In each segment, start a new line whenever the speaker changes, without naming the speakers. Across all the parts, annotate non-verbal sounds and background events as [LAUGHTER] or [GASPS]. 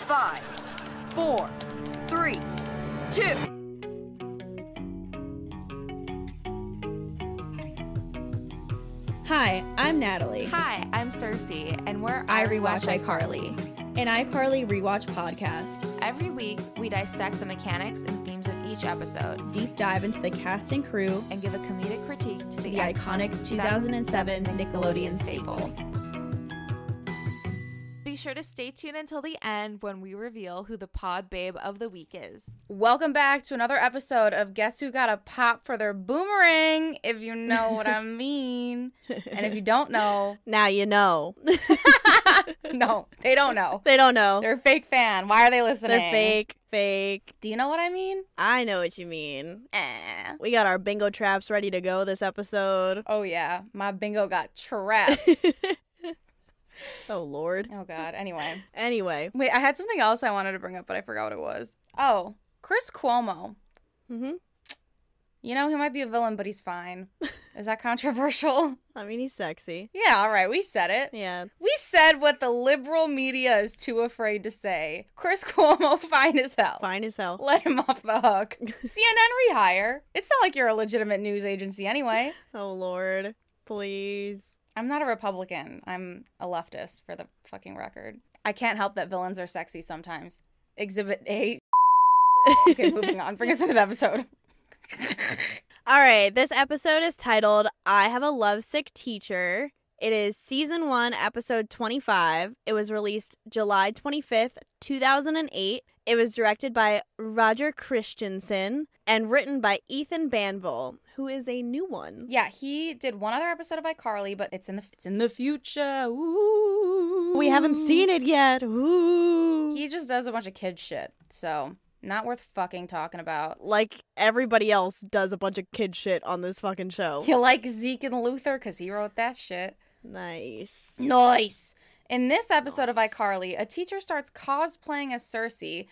Five, four, three, two.
Hi, I'm Natalie,
Hi, I'm Cersei, and we're
I
Irie
Rewatch
Watch
iCarly. an iCarly Rewatch podcast.
Every week, we dissect the mechanics and themes of each episode
Deep dive into the cast and crew
and give a comedic critique to,
to the iconic 2007 Nickelodeon staple.
Be sure to stay tuned until the end when we reveal who the pod babe of the week is.
Welcome back to another episode of Guess Who Got a Pop for Their Boomerang, if you know
[LAUGHS]
what I mean. And if you don't know,
Now you know. [LAUGHS]
no, they
[LAUGHS]
don't know.
they don't know. They're,
They're a fake fan. Why are they listening?
fake, fake.
Do you know what I mean?
I know what you mean.
Eh.
We got our bingo traps ready to go this episode. [LAUGHS]
Oh, yeah. My bingo got trapped.
oh, Lord.
oh, God. Anyway.
Anyway.
Wait, I had something else I wanted to bring up, but I forgot what it was. Oh, Chris Cuomo.
hmm
You know, he might be a villain, but
[LAUGHS]
he's fine. Is that controversial? [LAUGHS]
I mean, he's sexy.
Yeah, all right. We said it.
Yeah.
We said what the liberal media is too afraid to say. Chris [LAUGHS] Cuomo, fine as hell.
Fine as hell.
Let him off
[LAUGHS]
the hook. CNN rehire. It's not like you're a legitimate news agency anyway.
Oh, Lord. Please.
I'm not a Republican. I'm a leftist for the fucking record. I can't help that villains are sexy sometimes. Exhibit
[LAUGHS]
A. Okay, moving on. Bring us into the episode.
All right, this episode is titled I Have a Lovesick Teacher. It is season 1, episode 25. It was released July 25th, 2008. It was directed by Roger Christensen and written by Ethan Banville, who is a new one.
Yeah, he did one other episode of iCarly, but it's in the it's in the future. Ooh.
We haven't seen it yet. Ooh.
He just does a bunch of kid shit. So, not worth fucking talking about.
like everybody else does a bunch of kid shit on this fucking show.
You [LAUGHS] like Zeke and Luther because he wrote that shit.
Nice.
Nice. In this episode
Nice.
of iCarly, a teacher starts cosplaying as Cersei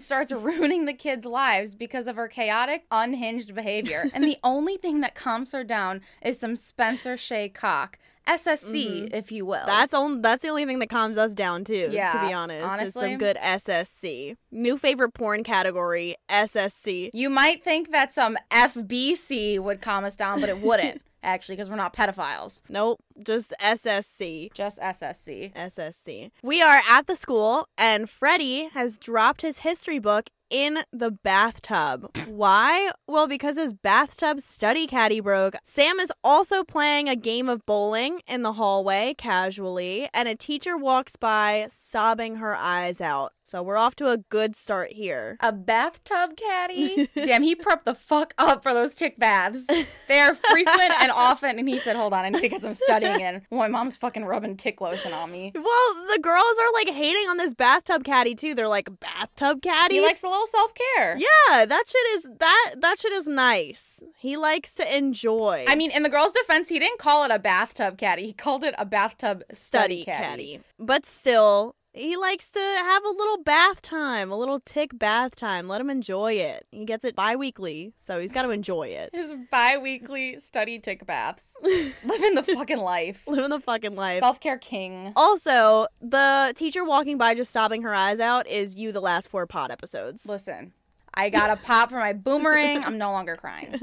[LAUGHS]
starts ruining the kids' lives because of her chaotic, unhinged behavior. and
[LAUGHS]
the only thing that calms her down is some Spencer Shea cock. SSC, if you will.
Mm-hmm. That's on. That's the only thing that calms us down too. to
Oh. Yeah,
be honest, is
honestly.
some good SSC. New favorite porn category SSC.
You might think that some FBC would calm us down, but
[LAUGHS]
it wouldn't, actually, because we're not pedophiles.
Nope, just SSC.
Just SSC.
SSC. We are at the school, and Freddy has dropped his history book in the bathtub.
[COUGHS]
Why? Well, because his bathtub study caddy broke. Sam is also playing a game of bowling in the hallway casually, and a teacher walks by sobbing her eyes out. So we're off to a good start here.
A bathtub caddy? Damn, he prepped the fuck up for those chick baths. They are frequent and often. And he said, hold on, I need to get some studying in. Well, my mom's fucking rubbing tick lotion on me.
Well, the girls are like hating on this bathtub caddy too. They're like bathtub caddy.
He likes a little self care.
yeah, that shit is that that shit is nice. He likes to enjoy.
I mean, in the girl's defense, he didn't call it a bathtub caddy. He called it a bathtub study, caddy.
but still, he likes to have a little bath time, a little tick bath time. Let him enjoy it. He gets it bi-weekly, so he's got to enjoy it.
[LAUGHS] His bi weekly study tick baths. Living the fucking life.
Living the fucking life.
Self care king.
also, the teacher walking by just sobbing her eyes out is you the last four pod episodes.
Listen, I got a pop for my boomerang. I'm no longer crying.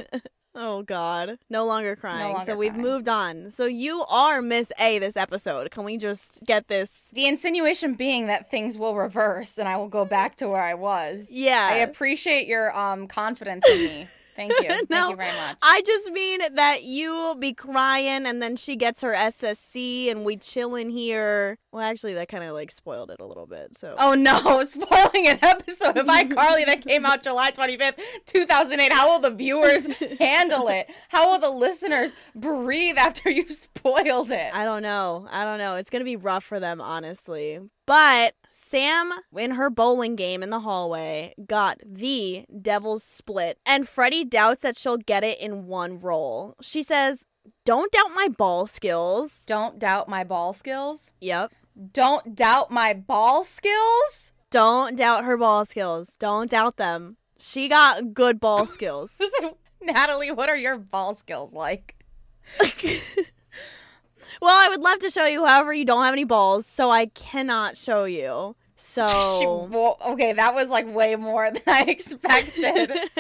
Oh God, no longer crying.
longer
so we've
crying.
moved on. So you are Miss A this episode. Can we just get this?
The insinuation being that things will reverse and I will go back to where I was.
Yeah.
I appreciate your um confidence in me. Thank [LAUGHS] you. Thank
No,
you very much.
I just mean that you be crying and then she gets her SSC and we chill in here. Well, actually, that kind of like spoiled it a little bit. So
Oh [LAUGHS] no, spoiling an episode of iCarly that came out July 25th, 2008. How will the [LAUGHS] viewers handle it? How will the listeners breathe after you've spoiled it?
I don't know. I don't know. It's going to be rough for them, honestly. But Sam, in her bowling game in the hallway, got the devil's split, and Freddie doubts that she'll get it in one roll. She says, Don't doubt my ball skills.
Don't doubt my ball skills.
Yep.
Don't doubt my ball skills.
Don't doubt her ball skills. Don't doubt them. She got good ball
[LAUGHS]
skills.
Listen, [LAUGHS] Natalie, what are your ball skills like?
Well, I would love to show you. However, you don't have any balls, so I cannot show you.
[LAUGHS]
So
Well, okay, that was like way more than I [LAUGHS] expected.
[LAUGHS]
[LAUGHS]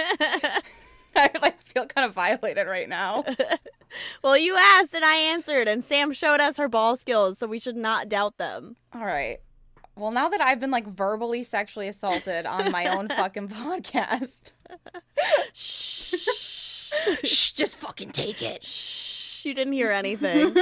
I like feel kind of violated
[LAUGHS]
right now.
well, you asked and I answered, and Sam showed us her ball skills, so we should not doubt them.
All right. Well, now that I've been like verbally sexually assaulted on my
[LAUGHS]
own fucking podcast,
Shh, just fucking take it.
Shh, you didn't hear
[LAUGHS]
anything.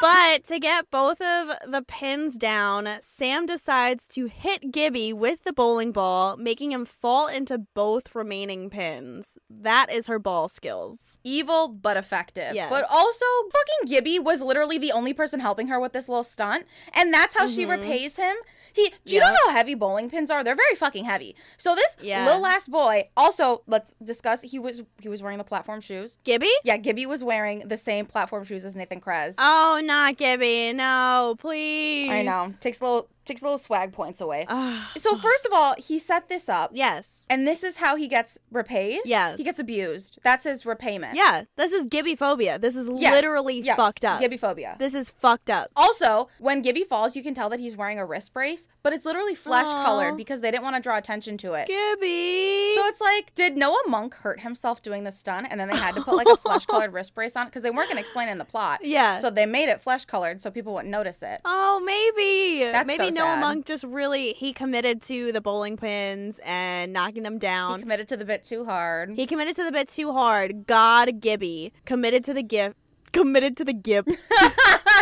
but to get both of the pins down, Sam decides to hit Gibby with the bowling ball, making him fall into both remaining pins. That is her ball skills.
evil but effective.
Yes.
But also, fucking Gibby was literally the only person helping her with this little stunt, and that's how she
Mm-hmm.
repays him. He, do you know how heavy bowling pins are? They're very fucking heavy. So this
Yeah.
little ass boy. Also, let's discuss. He was he was wearing the platform shoes.
Gibby?
Yeah, Gibby was wearing the same platform shoes as Nathan Krez.
Oh, not Gibby. No, please.
I know. Takes a little takes a little swag points away.
Ah,
so first of all, he set this up.
yes.
And this is how he gets repaid?
Yeah.
He gets abused. That's his repayment.
Yeah, this is Gibby phobia. This is
Yes,
literally
yes,
fucked up.
Gibbyphobia.
This is fucked up.
Also, when Gibby falls, you can tell that he's wearing a wrist brace, but it's literally flesh
Aw.
colored because they didn't want to draw attention to it.
Gibby.
so it's like, did Noah Monk hurt himself doing the stunt? And then they had to put like
[LAUGHS]
a flesh colored wrist brace on because they weren't going to explain it in the plot.
yeah.
So they made it flesh colored so people wouldn't notice it.
oh, maybe.
That's
maybe
so
Noah
sad.
Monk just really he committed to the bowling pins and knocking them
He
down.
committed to the bit too hard.
He committed to the bit too hard. God, Gibby committed to the gift. Committed to the gip.
[LAUGHS] [LAUGHS]
[LAUGHS]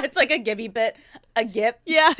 it's like a Gibby bit, a [LAUGHS] gip.
yeah,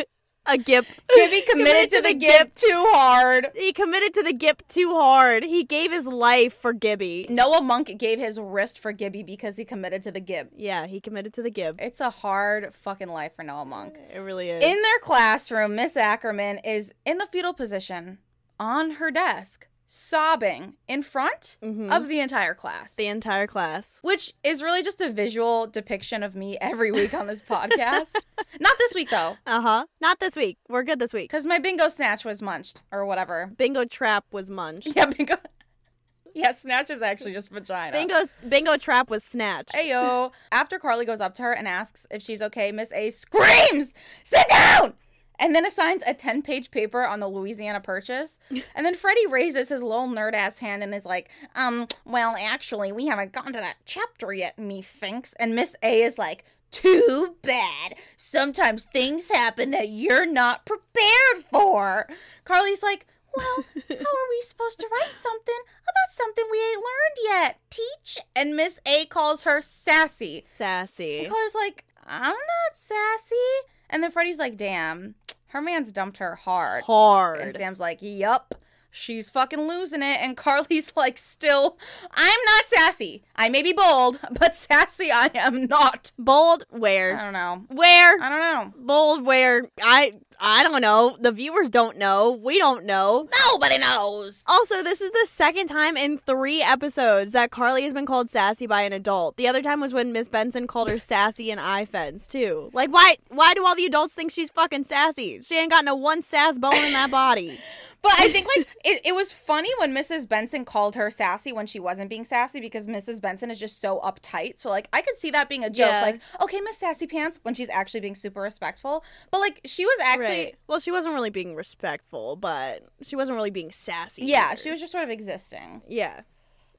a gip.
Gibby committed to the gip too hard.
He committed to the gip too hard. He gave his life for Gibby.
Noah Monk gave his wrist for Gibby because he committed to the gib.
Yeah, he committed to the gib.
It's a hard fucking life for Noah Monk.
It really is.
In their classroom, Miss Ackerman is in the fetal position on her desk, sobbing in front
Mhm.
of the entire class.
the entire class.
which is really just a visual depiction of me every week on [LAUGHS] this podcast. Not this week though,
Uh huh. Not this week. We're good this week.
because my bingo snatch was munched or whatever.
Bingo trap was munched.
[LAUGHS] Yeah, bingo. Yeah, snatch is actually just vagina.
Bingo bingo trap was snatched.
Ayo. After Carly goes up to her and asks if she's okay, Miss A screams, Sit down! And then assigns a 10 page paper on the Louisiana [LAUGHS] Purchase. And then Freddie raises his little nerd ass hand and is like, Um, well, actually, we haven't gotten to that chapter yet, me thinks. And Miss A is like, Too bad. Sometimes things happen that you're not prepared for. Carly's like, [LAUGHS] well, how are we supposed to write something about something we ain't learned yet? Teach? And Miss A calls her sassy.
Sassy.
Color's like, I'm not sassy. And then Freddy's like, damn, her man's dumped her hard. And
Hard.
Sam's like, yup, she's fucking losing it. And [LAUGHS] Carly's like, still, I'm not sassy. I may be bold, [LAUGHS] but sassy I am not.
Bold
I
where?
don't know.
Where?
I don't know.
Bold where? I I don't know. The viewers don't know. We don't know.
Nobody knows.
Also, this is the second time in three episodes that Carly has been called sassy by an adult. The other time was when Miss Benson called her sassy and I fence too. Like why why do all the adults think she's fucking sassy? She ain't got no one sass bone in that
[LAUGHS]
body.
But
[LAUGHS]
I think like it, it was funny when Mrs. Benson called her sassy when she wasn't being sassy because Mrs. Benson is just so uptight. So like I could see that being a joke.
Yeah.
Like, okay, Miss Sassy Pants, when she's actually being super respectful. But like she was actually
Well, she wasn't really being respectful, but she wasn't really being sassy.
Yeah,
either.
she was just sort of existing.
Yeah.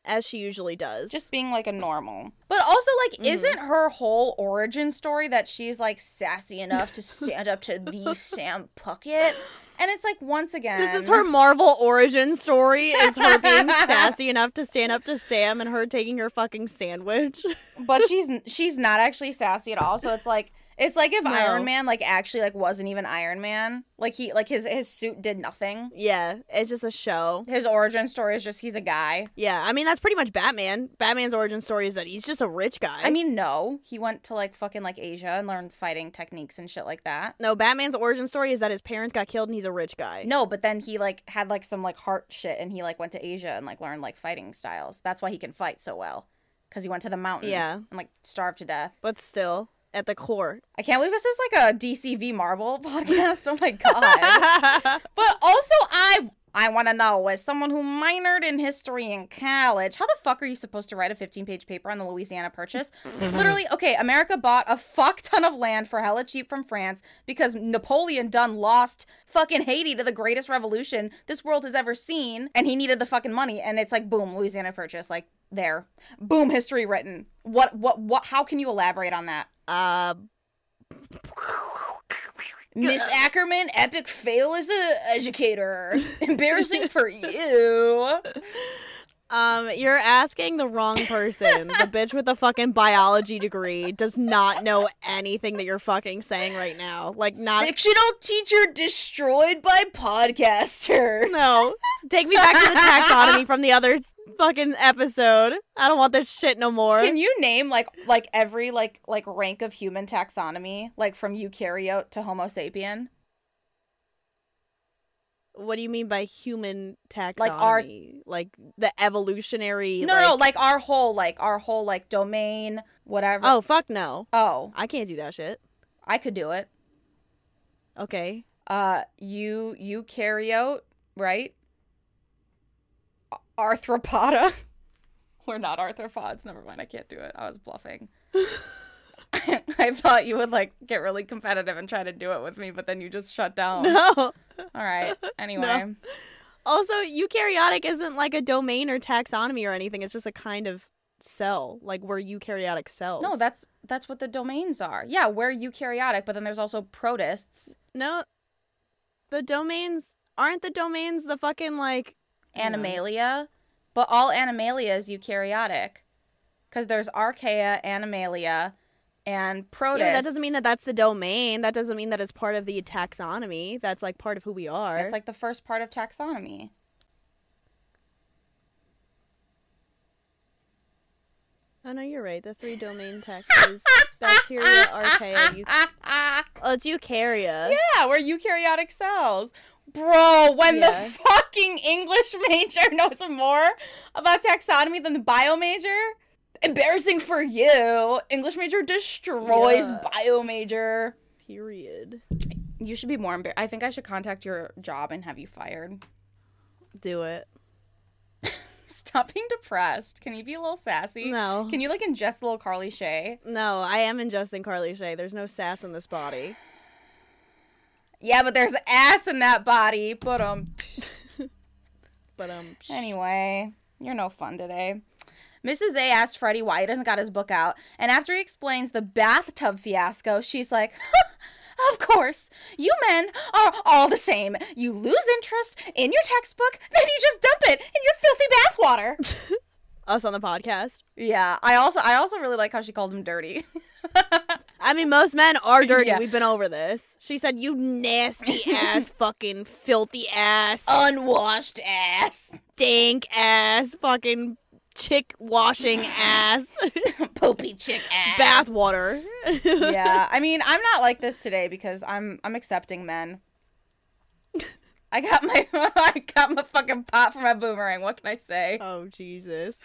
As she usually does.
Just being like a normal. But also like
Mm-hmm.
isn't her whole origin story that she's like sassy enough
[LAUGHS]
to stand up to the Sam Puckett? And it's like once again
this is her Marvel origin story is her [LAUGHS] being sassy enough to stand up to Sam and her taking her fucking sandwich. [LAUGHS]
but she's she's not actually sassy at all. So it's like it's like if
No.
Iron Man like actually like wasn't even Iron Man. Like he like his his suit did nothing.
yeah, it's just a show.
His origin story is just he's a guy.
Yeah, I mean that's pretty much Batman. Batman's origin story is that he's just a rich guy.
I mean, no, he went to like fucking like Asia and learned fighting techniques and shit like that.
no, Batman's origin story is that his parents got killed and he's a rich guy.
No, but then he like had like some like heart shit and he like went to Asia and like learned like fighting styles. That's why he can fight so well. Cause he went to the mountains
Yeah.
and like starved to death.
But still, at the [LAUGHS] core.
I can't believe this is [LAUGHS]
Uh,
like a DCV Marvel podcast. Oh my god! but also, I I want to know, as someone who minored in history in college, how the fuck are you supposed to write a 15 page paper on the Louisiana Purchase? Literally, okay, America bought a fuck ton of land for hella cheap from France because Napoleon done lost fucking Haiti to the greatest revolution this world has ever seen, and he needed the fucking money, and it's like, boom, Louisiana Purchase, like, there. Boom, history written. What, what, what, how can you elaborate on that?
Uh,
Miss Ackerman, epic fail as a educator. [LAUGHS] Embarrassing for you.
um, you're asking the wrong person.
[LAUGHS]
the bitch with a fucking biology degree does not know anything that you're fucking saying right now. Like, not.
Fictional teacher destroyed by podcaster.
No. Take me back to the taxonomy from the other fucking episode. I don't want this shit no more.
Can you name like like every like like rank of human taxonomy, like from eukaryote to Homo sapien?
what do you mean by human taxonomy?
Like our-
like the evolutionary.
No,
like-
no, like our whole like our whole like domain, whatever.
Oh fuck no!
oh,
I can't do that shit.
I could do it.
Okay.
Uh, you eukaryote, right? A- Arthropoda. [LAUGHS] We're not arthropods. Never mind. I can't do it. I was bluffing. [LAUGHS] I thought you would like get really competitive and try to do it with me, but then you just shut down.
[LAUGHS] No.
All right. Anyway,
Also, eukaryotic isn't like a domain or taxonomy or anything. It's just a kind of cell. Like we're eukaryotic cells.
no, that's that's what the domains are. Yeah, we're eukaryotic, but then there's also protists,
no. The domains aren't the domains. The fucking like Yeah.
animalia, but all animalia is eukaryotic, because there's archaea, animalia, and protists.
yeah. That doesn't mean that that's the domain. That doesn't mean that it's part of the taxonomy. That's like part of who we are.
It's like the first part of taxonomy.
Oh no, you're right. The three domain
[LAUGHS]
taxes: bacteria, archaea. Eu- oh, it's eukarya.
Yeah, we're eukaryotic cells. Bro, when
Yeah.
the fucking English major [LAUGHS] knows more about taxonomy than the bio major, embarrassing for you. English major destroys
Yeah.
bio major.
Period.
You should be more embarrassed. I think I should contact your job and have you fired.
Do it.
Stop being depressed. Can you be a little sassy?
No.
Can you like ingest a little Carly Shay?
No, I am ingesting Carly Shay. There's no sass in this body.
Yeah, but there's ass in that body. But um.
But um.
Anyway, you're no fun today. Mrs. A asked Freddie why he doesn't got his book out, and after he explains the bathtub fiasco, she's like, [LAUGHS] Of course, you men are all the same. You lose interest in your textbook, then you just dump it in your
[LAUGHS]
filthy bathwater.
Us on the podcast.
yeah, I also I also really like how she called him dirty. [LAUGHS]
I mean, most men are dirty.
Yeah.
We've been over this. She said, "You
[LAUGHS]
nasty ass, fucking filthy ass,
Uh. Unwashed ass.
stink ass, fucking chick
[LAUGHS]
washing ass,
[LAUGHS] Poopy chick ass.
bath
[LAUGHS]
water."
yeah, I mean, I'm not like this today because I'm I'm accepting men. I got my [LAUGHS] I got my fucking pot for my boomerang. What can I say?
oh Jesus.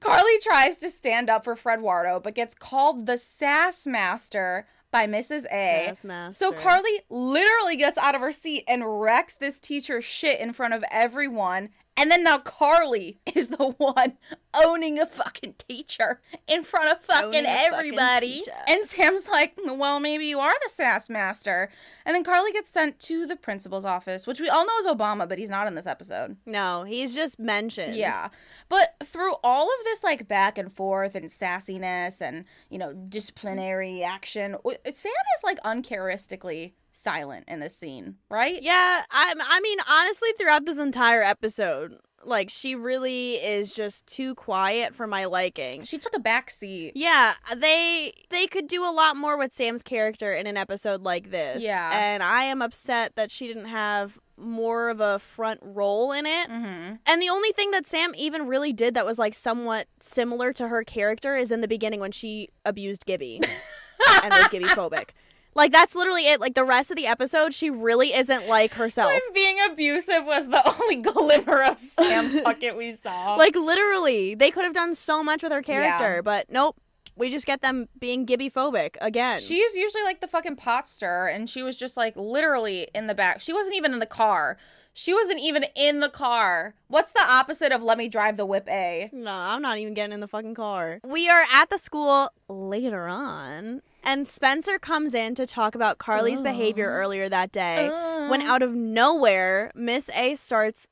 Carly tries to stand up for Fred Wardo, but gets called the sass master by Mrs. A.
Sass master.
So Carly literally gets out of her seat and wrecks this teacher shit in front of everyone. And then now Carly [LAUGHS] is the one owning a fucking teacher in front of fucking
Owning a fucking
everybody.
teacher.
and Sam's like, well, maybe you are the sass master. And then Carly gets sent to the principal's office, which we all know is Obama, but he's not in this episode.
No, he's just mentioned.
Yeah. But through all of this, like, back and forth and sassiness and, you know, disciplinary action, w- Sam is, like, uncharacteristically silent in this scene, right?
Yeah, I I mean honestly throughout this entire episode, like she really is just too quiet for my liking.
She took a back seat.
Yeah, they they could do a lot more with Sam's character in an episode like this.
Yeah.
And I am upset that she didn't have more of a front role in it.
Mm-hmm.
And the only thing that Sam even really did that was like somewhat similar to her character is in the beginning when she abused
[LAUGHS]
Gibby and was Gibby phobic. Like that's literally it. Like the rest of the episode, she really isn't like herself.
When being abusive was the [LAUGHS] only glimmer of [LAUGHS] Sam Puckett we saw.
Like literally, they could have done so much with her character,
Yeah.
but nope. We just get them being Gibby phobic again.
She's usually like the fucking pot stirrer, and she was just like literally in the back. She wasn't even in the car. She wasn't even in the car. What's the opposite of let me drive the whip A?
No, I'm not even getting in the fucking car. We are at the school later on, and Spencer comes in to talk about Carly's behavior earlier that
Uh.
day when out of nowhere, Miss A starts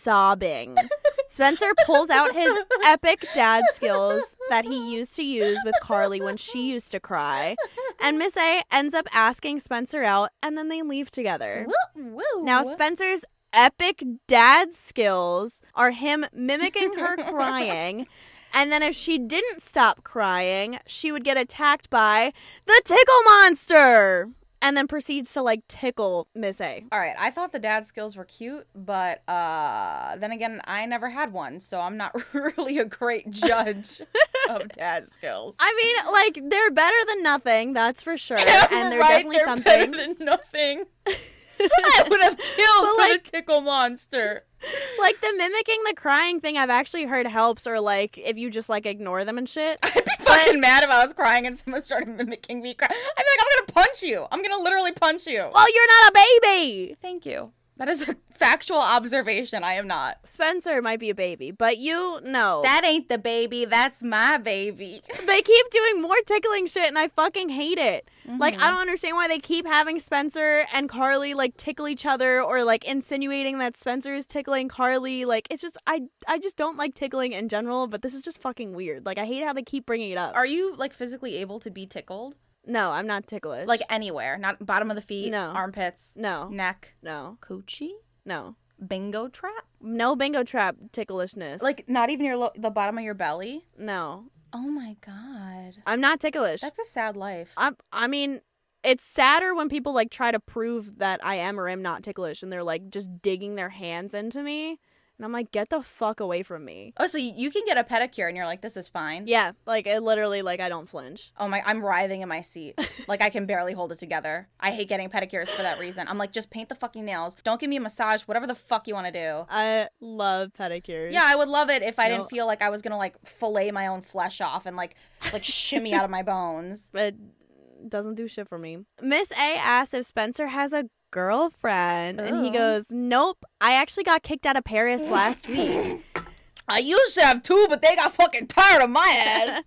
sobbing. Spencer pulls out his epic dad skills that he used to use with Carly when she used to cry. And Miss A ends up asking Spencer out, and then they leave together.
Woo.
Now, Spencer's epic dad skills are him mimicking
[LAUGHS]
her crying. And then if she didn't stop crying, she would get attacked by the tickle monster. And then proceeds to like tickle Miss A.
All right, I thought the dad skills were cute, but uh then again, I never had one, so I'm not [LAUGHS] really a great judge
[LAUGHS]
of dad skills.
I mean, like, they're better than nothing, that's for sure. and they're
[LAUGHS] Right,
definitely
they're
something.
better than
[LAUGHS]
nothing. I would have killed
But,
for
like-
the
[LAUGHS]
tickle monster.
like the mimicking the crying thing I've actually heard helps or like if you just like ignore them and
[LAUGHS]
shit.
I'd be fucking mad if I was crying and someone started mimicking me cry. I'd be like, I'm gonna punch you. I'm gonna literally punch you.
well, you're not a baby.
Thank you. That is a [LAUGHS] factual observation. I am not.
Spencer might be a baby, but you know.
That ain't the baby. That's my baby.
they keep doing more tickling shit and I fucking hate it. Like
Mm-hmm.
I don't understand why they keep having Spencer and Carly like tickle each other or like insinuating that Spencer is tickling Carly. Like it's just I I just don't like tickling in general, but this is just fucking weird. Like I hate how they keep bringing it up.
Are you like physically able to be tickled?
no, I'm not ticklish.
Like anywhere, not bottom of the feet,
No.
armpits,
no.
neck,
No.
coochie,
No.
bingo trap.
No bingo trap ticklishness.
Like not even your lo- the bottom of your belly.
no.
Oh my god,
I'm not ticklish.
that's a sad life.
I I mean, it's sadder when people like try to prove that I am or am not ticklish, and they're like just digging their hands into me, and I'm like, get the fuck away from me.
oh, so y- you can get a pedicure and you're like, this is fine.
Yeah, like it literally, like I don't flinch.
Oh my, I'm writhing in my [LAUGHS] seat. Like I can barely hold it together. I hate getting pedicures for that reason. I'm like, just paint the fucking nails. Don't give me a massage. Whatever the fuck you want to do.
I love pedicures.
Yeah, I would love it if I
No.
didn't feel like I was gonna like fillet my own flesh off and like like shimmy out of my bones.
but it doesn't do shit for me. Miss A asks if Spencer has a girlfriend, and he
Ooh.
goes, "Nope, I actually got kicked out of Paris last week." [LAUGHS]
I used to have two, but they got fucking tired of my ass.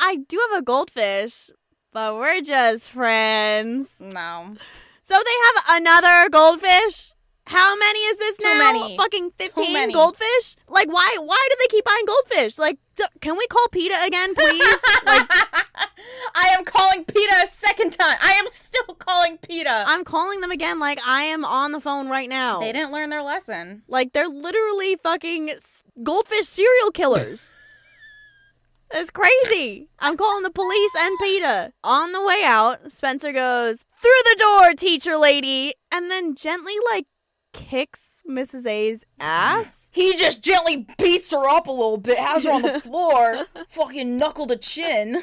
I do have a goldfish, but we're just friends.
[LAUGHS] no,
So they have another goldfish. How many is this
Too
now?
many.
Fucking fifteen
many.
goldfish. Like why? Why do they keep buying goldfish? Like, d- can we call Peta
[LAUGHS]
again, please? like,
I am calling Peta a second time. I am still calling Peta.
I'm calling them again. Like, I am on the phone right now.
They didn't learn their lesson.
Like, they're literally fucking s- goldfish serial
[LAUGHS]
killers. That's crazy. I'm calling the police and PETA. On the way out, Spencer goes, through the door, teacher lady, and then gently, like, kicks Mrs. A's ass.
He just gently beats her up a little bit, has her on [LAUGHS] the floor, fucking knuckle to chin.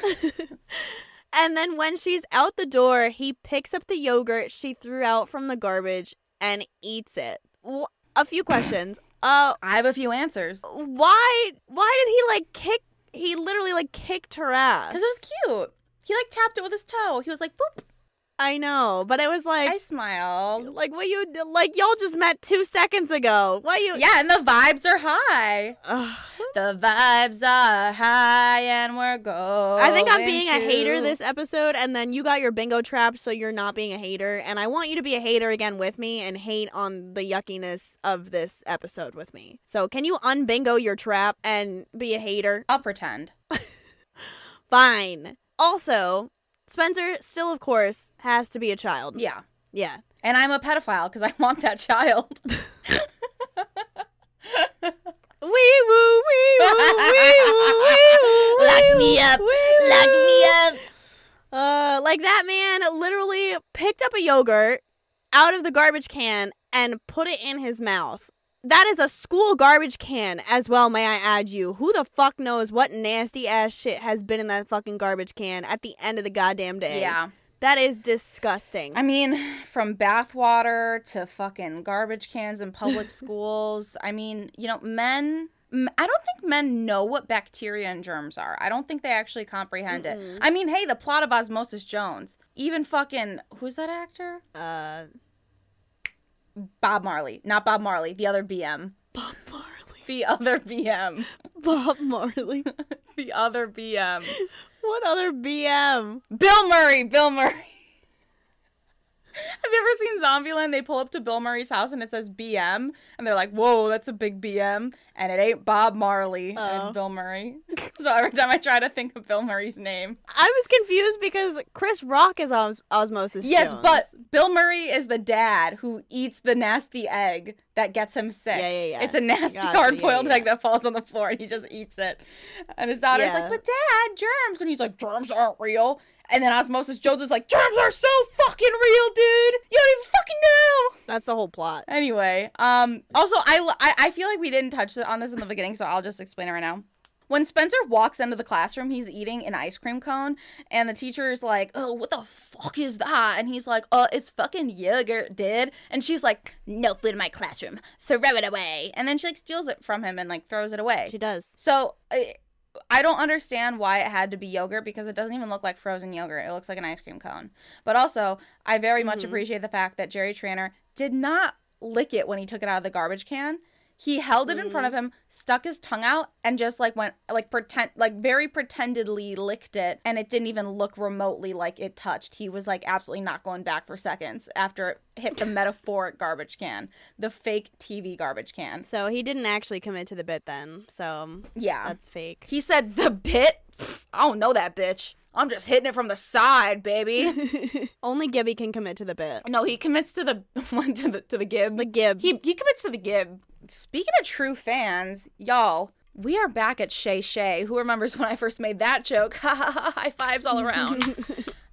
And then when she's out the door, he picks up the yogurt she threw out from the garbage and eats it. Wh- a few
[CLEARS THROAT]
questions. Uh,
I have a few answers.
why, why did he, like, kick, he literally, like, kicked her ass?
Because it was cute. He like tapped it with his toe. He was like, boop.
I know, but it was like,
I smiled.
like what you like y'all just met two seconds ago. Why you?
Yeah, and the vibes are high.
Ugh.
The vibes are high, and we're going.
I think I'm being a
to-
hater this episode, and then you got your bingo trap, so you're not being a hater. And I want you to be a hater again with me and hate on the yuckiness of this episode with me. So can you unbingo your trap and be a hater?
I'll pretend.
Fine. Also, Spencer still, of course, has to be a child.
Yeah,
Yeah.
and I'm a pedophile because I [LAUGHS] want
[LAUGHS]
that child.
Wee woo wee woo wee [LAUGHS] woo wee woo.
Lock
wee
me
woo,
up.
wee
Lock
woo.
me up.
Uh, like that man literally picked up a yogurt out of the garbage can and put it in his mouth. That is a school garbage can as well, may I add you. Who the fuck knows what nasty ass shit has been in that fucking garbage can at the end of the goddamn day?
Yeah,
That is disgusting.
I mean, from bathwater to fucking garbage cans
[LAUGHS]
in public schools. I mean, you know, men. m- I don't think men know what bacteria and germs are. I don't think they actually comprehend it. I mean, hey, the plot of Osmosis Jones. Even fucking who's that actor?
uh,
Bob Marley, not Bob Marley, the other BM.
Bob Marley.
The other BM.
Bob Marley.
[LAUGHS] The other BM.
what other BM?
Bill Murray, Bill Murray. [LAUGHS] Have you ever seen Zombieland? They pull up to Bill Murray's house and it says BM, and they're like, "Whoa, that's a big BM," and it ain't Bob Marley, and
Oh.
it's Bill Murray. [LAUGHS] so every time I try to think of Bill Murray's name,
I was confused because Chris Rock is Os- Osmosis.
yes,
Jones.
but Bill Murray is the dad who eats the nasty egg that gets him sick.
Yeah, yeah, yeah.
It's a nasty
Gotcha,
hard boiled
yeah, yeah,
egg that falls on the floor and he just eats it. And his daughter's
Yeah.
like, But dad, germs. And he's like, Germs aren't real. And then Osmosis Jones is like, Germs are so fucking real, dude. You don't even fucking know.
That's the whole plot.
Anyway, um, also, I, I, I feel like we didn't touch on this in the beginning, so I'll just explain it right now. When Spencer walks into the classroom, he's eating an ice cream cone, and the teacher is like, "Oh, what the fuck is that?" And he's like, "Uh, it's fucking yogurt, dude." And she's like, "No food in my classroom. Throw it away." And then she like steals it from him and like throws it away.
She does.
So I, I don't understand why it had to be yogurt because it doesn't even look like frozen yogurt. It looks like an ice cream cone. But also, I very much
Mhm.
appreciate the fact that Jerry Tranner did not lick it when he took it out of the garbage can. He held it in front of him, stuck his tongue out, and just like went like pretend like very pretendedly licked it, and it didn't even look remotely like it touched. He was like absolutely not going back for seconds after it hit the metaphoric garbage can, the fake TV garbage can.
So he didn't actually commit to the bit then. So um,
Yeah.
that's fake.
He said, The bit? Pfft, I don't know that bitch. I'm just hitting it from the side, baby.
Only Gibby can commit to the bit.
[LAUGHS] no, he commits to the [LAUGHS] one to the to the gib.
The Gib.
He he commits to the gib. Speaking of true fans, y'all, we are back at Shay Shay. Who remembers [LAUGHS] when I first made that joke? Ha ha ha! High fives all around.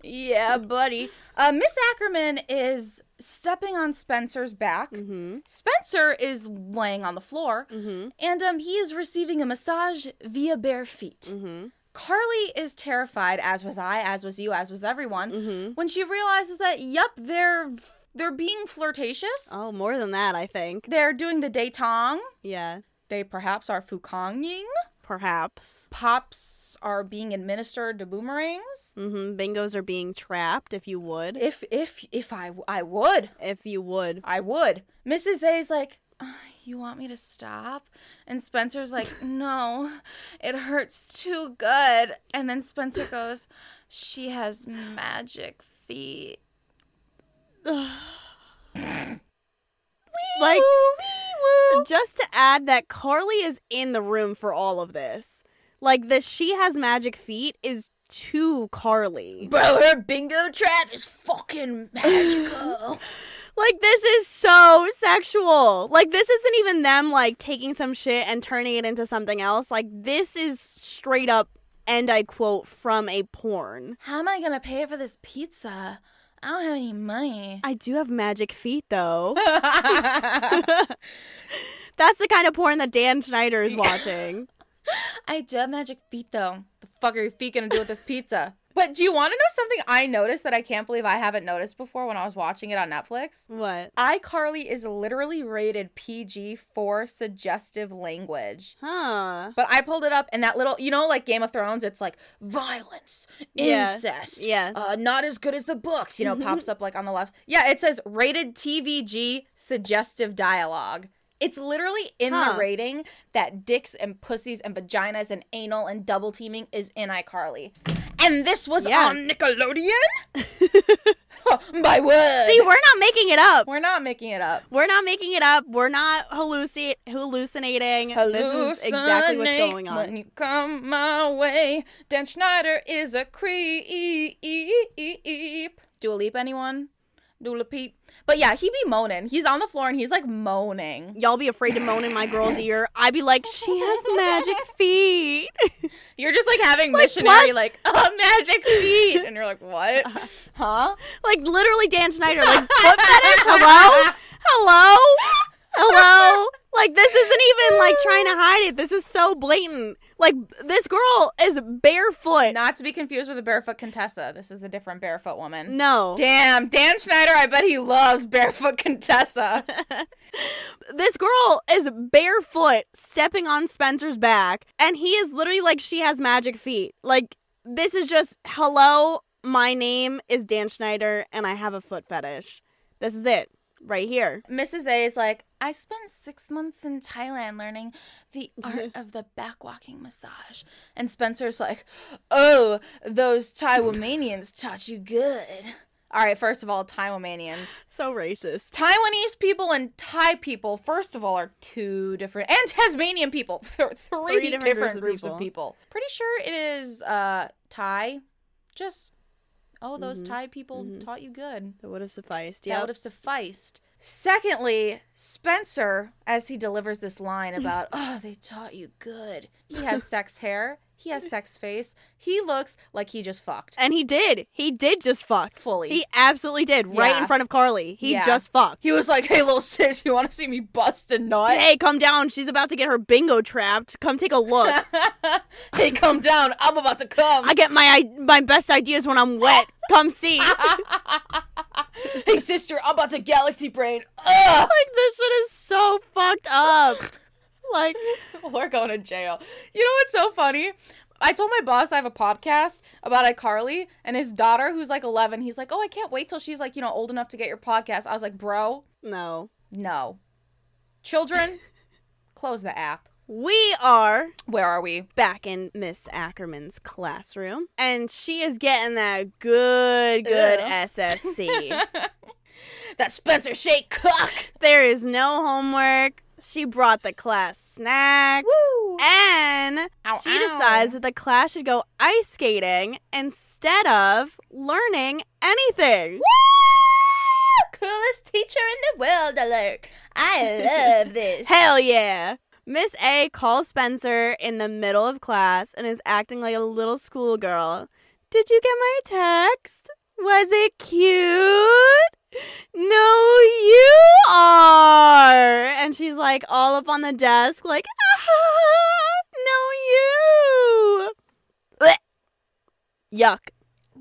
yeah, buddy. Uh, Miss Ackerman is stepping on Spencer's back.
mm-hmm.
Spencer is laying on the floor,
Mm-hmm.
and um, he is receiving a massage via bare feet.
Mm-hmm.
Carly is terrified, as was I, as was you, as was everyone,
Mm-hmm.
when she realizes that, yep, they're they're being flirtatious.
Oh, more than that, I think.
They're doing the detong.
Yeah.
They perhaps are fukonging.
Perhaps.
Pops are being administered to boomerangs.
Mm-hmm. Bingos are being trapped, if you would.
If if if I I would
If you would.
I would. Mrs. A is like. "Uh, You want me to stop? And Spencer's
[LAUGHS]
like, No, it hurts too good. And then Spencer goes, She has magic feet.
like,
Wee-woo, wee-woo.
just to add that Carly is in the room for all of this. Like, the she has magic feet is too Carly.
Bro, her bingo trap is
[GASPS]
fucking magical.
Like this is so sexual. Like this isn't even them like taking some shit and turning it into something else. Like this is straight up and I quote from a porn.
How am I gonna pay for this pizza? I don't have any
[LAUGHS]
money.
I do have magic feet though. [LAUGHS] That's the kind of porn that Dan Schneider is watching.
I do have magic feet though. The fuck are your feet gonna do with this pizza? But do you wanna know something I noticed that I can't believe I haven't noticed before when I was watching it on Netflix?
what?
iCarly is literally rated PG for suggestive language.
Huh.
But I pulled it up and that little, you know, like Game of Thrones, it's like violence,
Yeah.
incest,
Yeah. Mm-hmm.
uh, not as good as the books, you know, pops up like on the left. Yeah, it says rated TVG suggestive dialogue. It's literally in
Huh.
the rating that dicks and pussies and vaginas and anal and double teaming is in iCarly. And this was
Yeah.
on Nickelodeon?
[LAUGHS]
[LAUGHS] Huh, My word.
See, we're not making it up.
we're not making it up.
We're not making it up. We're not halluci- hallucinating. This is exactly what's
Hallucinate
going
When
on.
you come my way, Dan Schneider is a creep. Dua Leap, anyone? Dua Peep. But yeah, he be moaning. He's on the floor and he's like moaning.
Y'all be afraid to moan in my girl's ear. I'd be like, she has magic feet.
You're just like having missionary
bless-
like [LAUGHS] uh, magic feet, and you're like, [LAUGHS] what? Huh?
Like literally Dan Schneider, like [LAUGHS] foot fetish. Hello, hello, hello. Like this isn't even like trying to hide it. This is so blatant. Like this girl is barefoot.
Not to be confused with a barefoot Contessa. This is a different barefoot woman.
No,
Damn, Dan Schneider. I bet he loves barefoot [LAUGHS] Contessa.
this girl is barefoot, stepping on Spencer's back, and he is literally like she has magic feet. Like this is just hello. My name is Dan Schneider, and I have a foot fetish. This is it. right here.
Mrs. A is like, I spent six months in Thailand learning the art
[LAUGHS]
of the backwalking massage. And Spencer's like, Oh, those Taiwanians taught you good. All right, first of all, Taiwanians.
So racist.
Taiwanese people and Thai people, first of all, are two different, and Tasmanian people, [LAUGHS] th- three,
Three
different,
different groups of
groups, of,
people.
people. Pretty sure it is uh, Thai. Just, oh, those
Mm-hmm.
Thai people taught you good
That would have sufficed.
that
Yeah.
would have sufficed. Secondly, Spencer, as he delivers this line [SIGHS] about, oh, they taught you good. He has sex hair. He has sex face. He looks like he just fucked.
And he did. He did just fuck.
Fully.
He absolutely did. Right
Yeah.
in front of Carly. He
Yeah.
just fucked.
He was like, hey, little sis, you want to see me bust a nut?
Hey, come down. She's about to get her bingo trapped. Come take a look.
[LAUGHS] hey, come down. I'm about to come.
I get my i- my best ideas when I'm wet. Come
[LAUGHS]
see. like
hey, sister, I'm about to galaxy brain. Ugh! [LAUGHS]
this shit is so fucked up. Like
We're going to jail. You know what's so funny? I told my boss I have a podcast about iCarly and his daughter, who's like 11. He's like, oh, I can't wait till she's like, you know, old enough to get your podcast. I was like, bro,
no.
no. Children, close the app.
We are
Where are we?
back in Miss Ackerman's classroom, and she is getting that good, good
Ew. [LAUGHS]
SSC.
That Spencer Shake cock.
there is no homework. She brought the class snack.
Woo.
And
Ow,
she
ow.
decides that the class should go ice skating instead of learning anything.
Coolest teacher in the world alert. I love [LAUGHS] this.
Hell yeah. Miss A calls Spencer in the middle of class and is acting like a little schoolgirl. Did you get my text? Was it cute? No, you are. And she's like all up on the desk, like, "Ah, no, you. Blech. Yuck.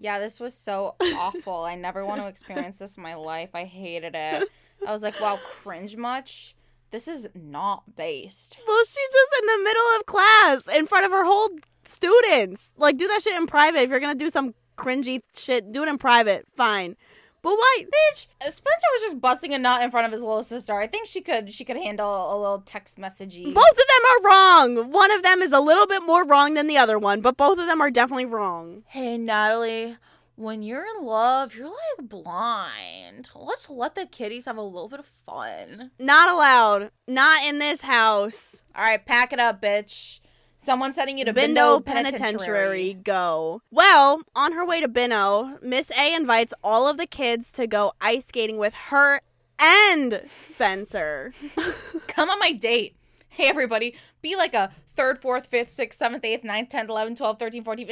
Yeah, this was so awful. I never want to experience this in my life. I hated it. I was like, wow, cringe much? This is not based.
Well, she's just in the middle of class in front of her whole students. Like, do that shit in private. If you're gonna do some cringy shit, do it in private. Fine. But why?
Bitch, Uh, Spencer was just busting a nut in front of his little sister. I think she could she could handle a little text messagey.
Both of them are wrong. One of them is a little bit more wrong than the other one, but both of them are definitely wrong.
Hey, Natalie, when you're in love, you're like blind. Let's let the kitties have a little bit of fun.
Not allowed. Not in this house.
All right, pack it up, bitch. Someone sending you to
Bindo
Bindo,
Penitentiary,
Penitentiary.
go. Well, on her way to Bino, Miss A invites all of the kids to go ice skating with her and Spencer.
Come on my date. Hey, everybody, be like a third, fourth, fifth, sixth, seventh, eighth, ninth, tenth, eleventh, twelfth, thirteenth, fourteenth,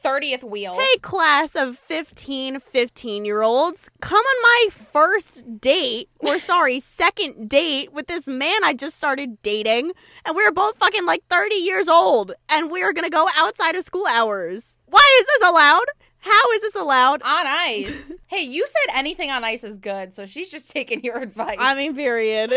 thirtieth wheel.
Hey, class of 15, 15 year olds, come on my first date, or sorry, [LAUGHS] second date with this man I just started dating. And we were both fucking like 30 years old. And we are going to go outside of school hours. Why is this allowed? How is this
[LAUGHS]
allowed?
on ice. hey, you said anything on ice is good, so she's just taking your [LAUGHS] advice.
I mean, period.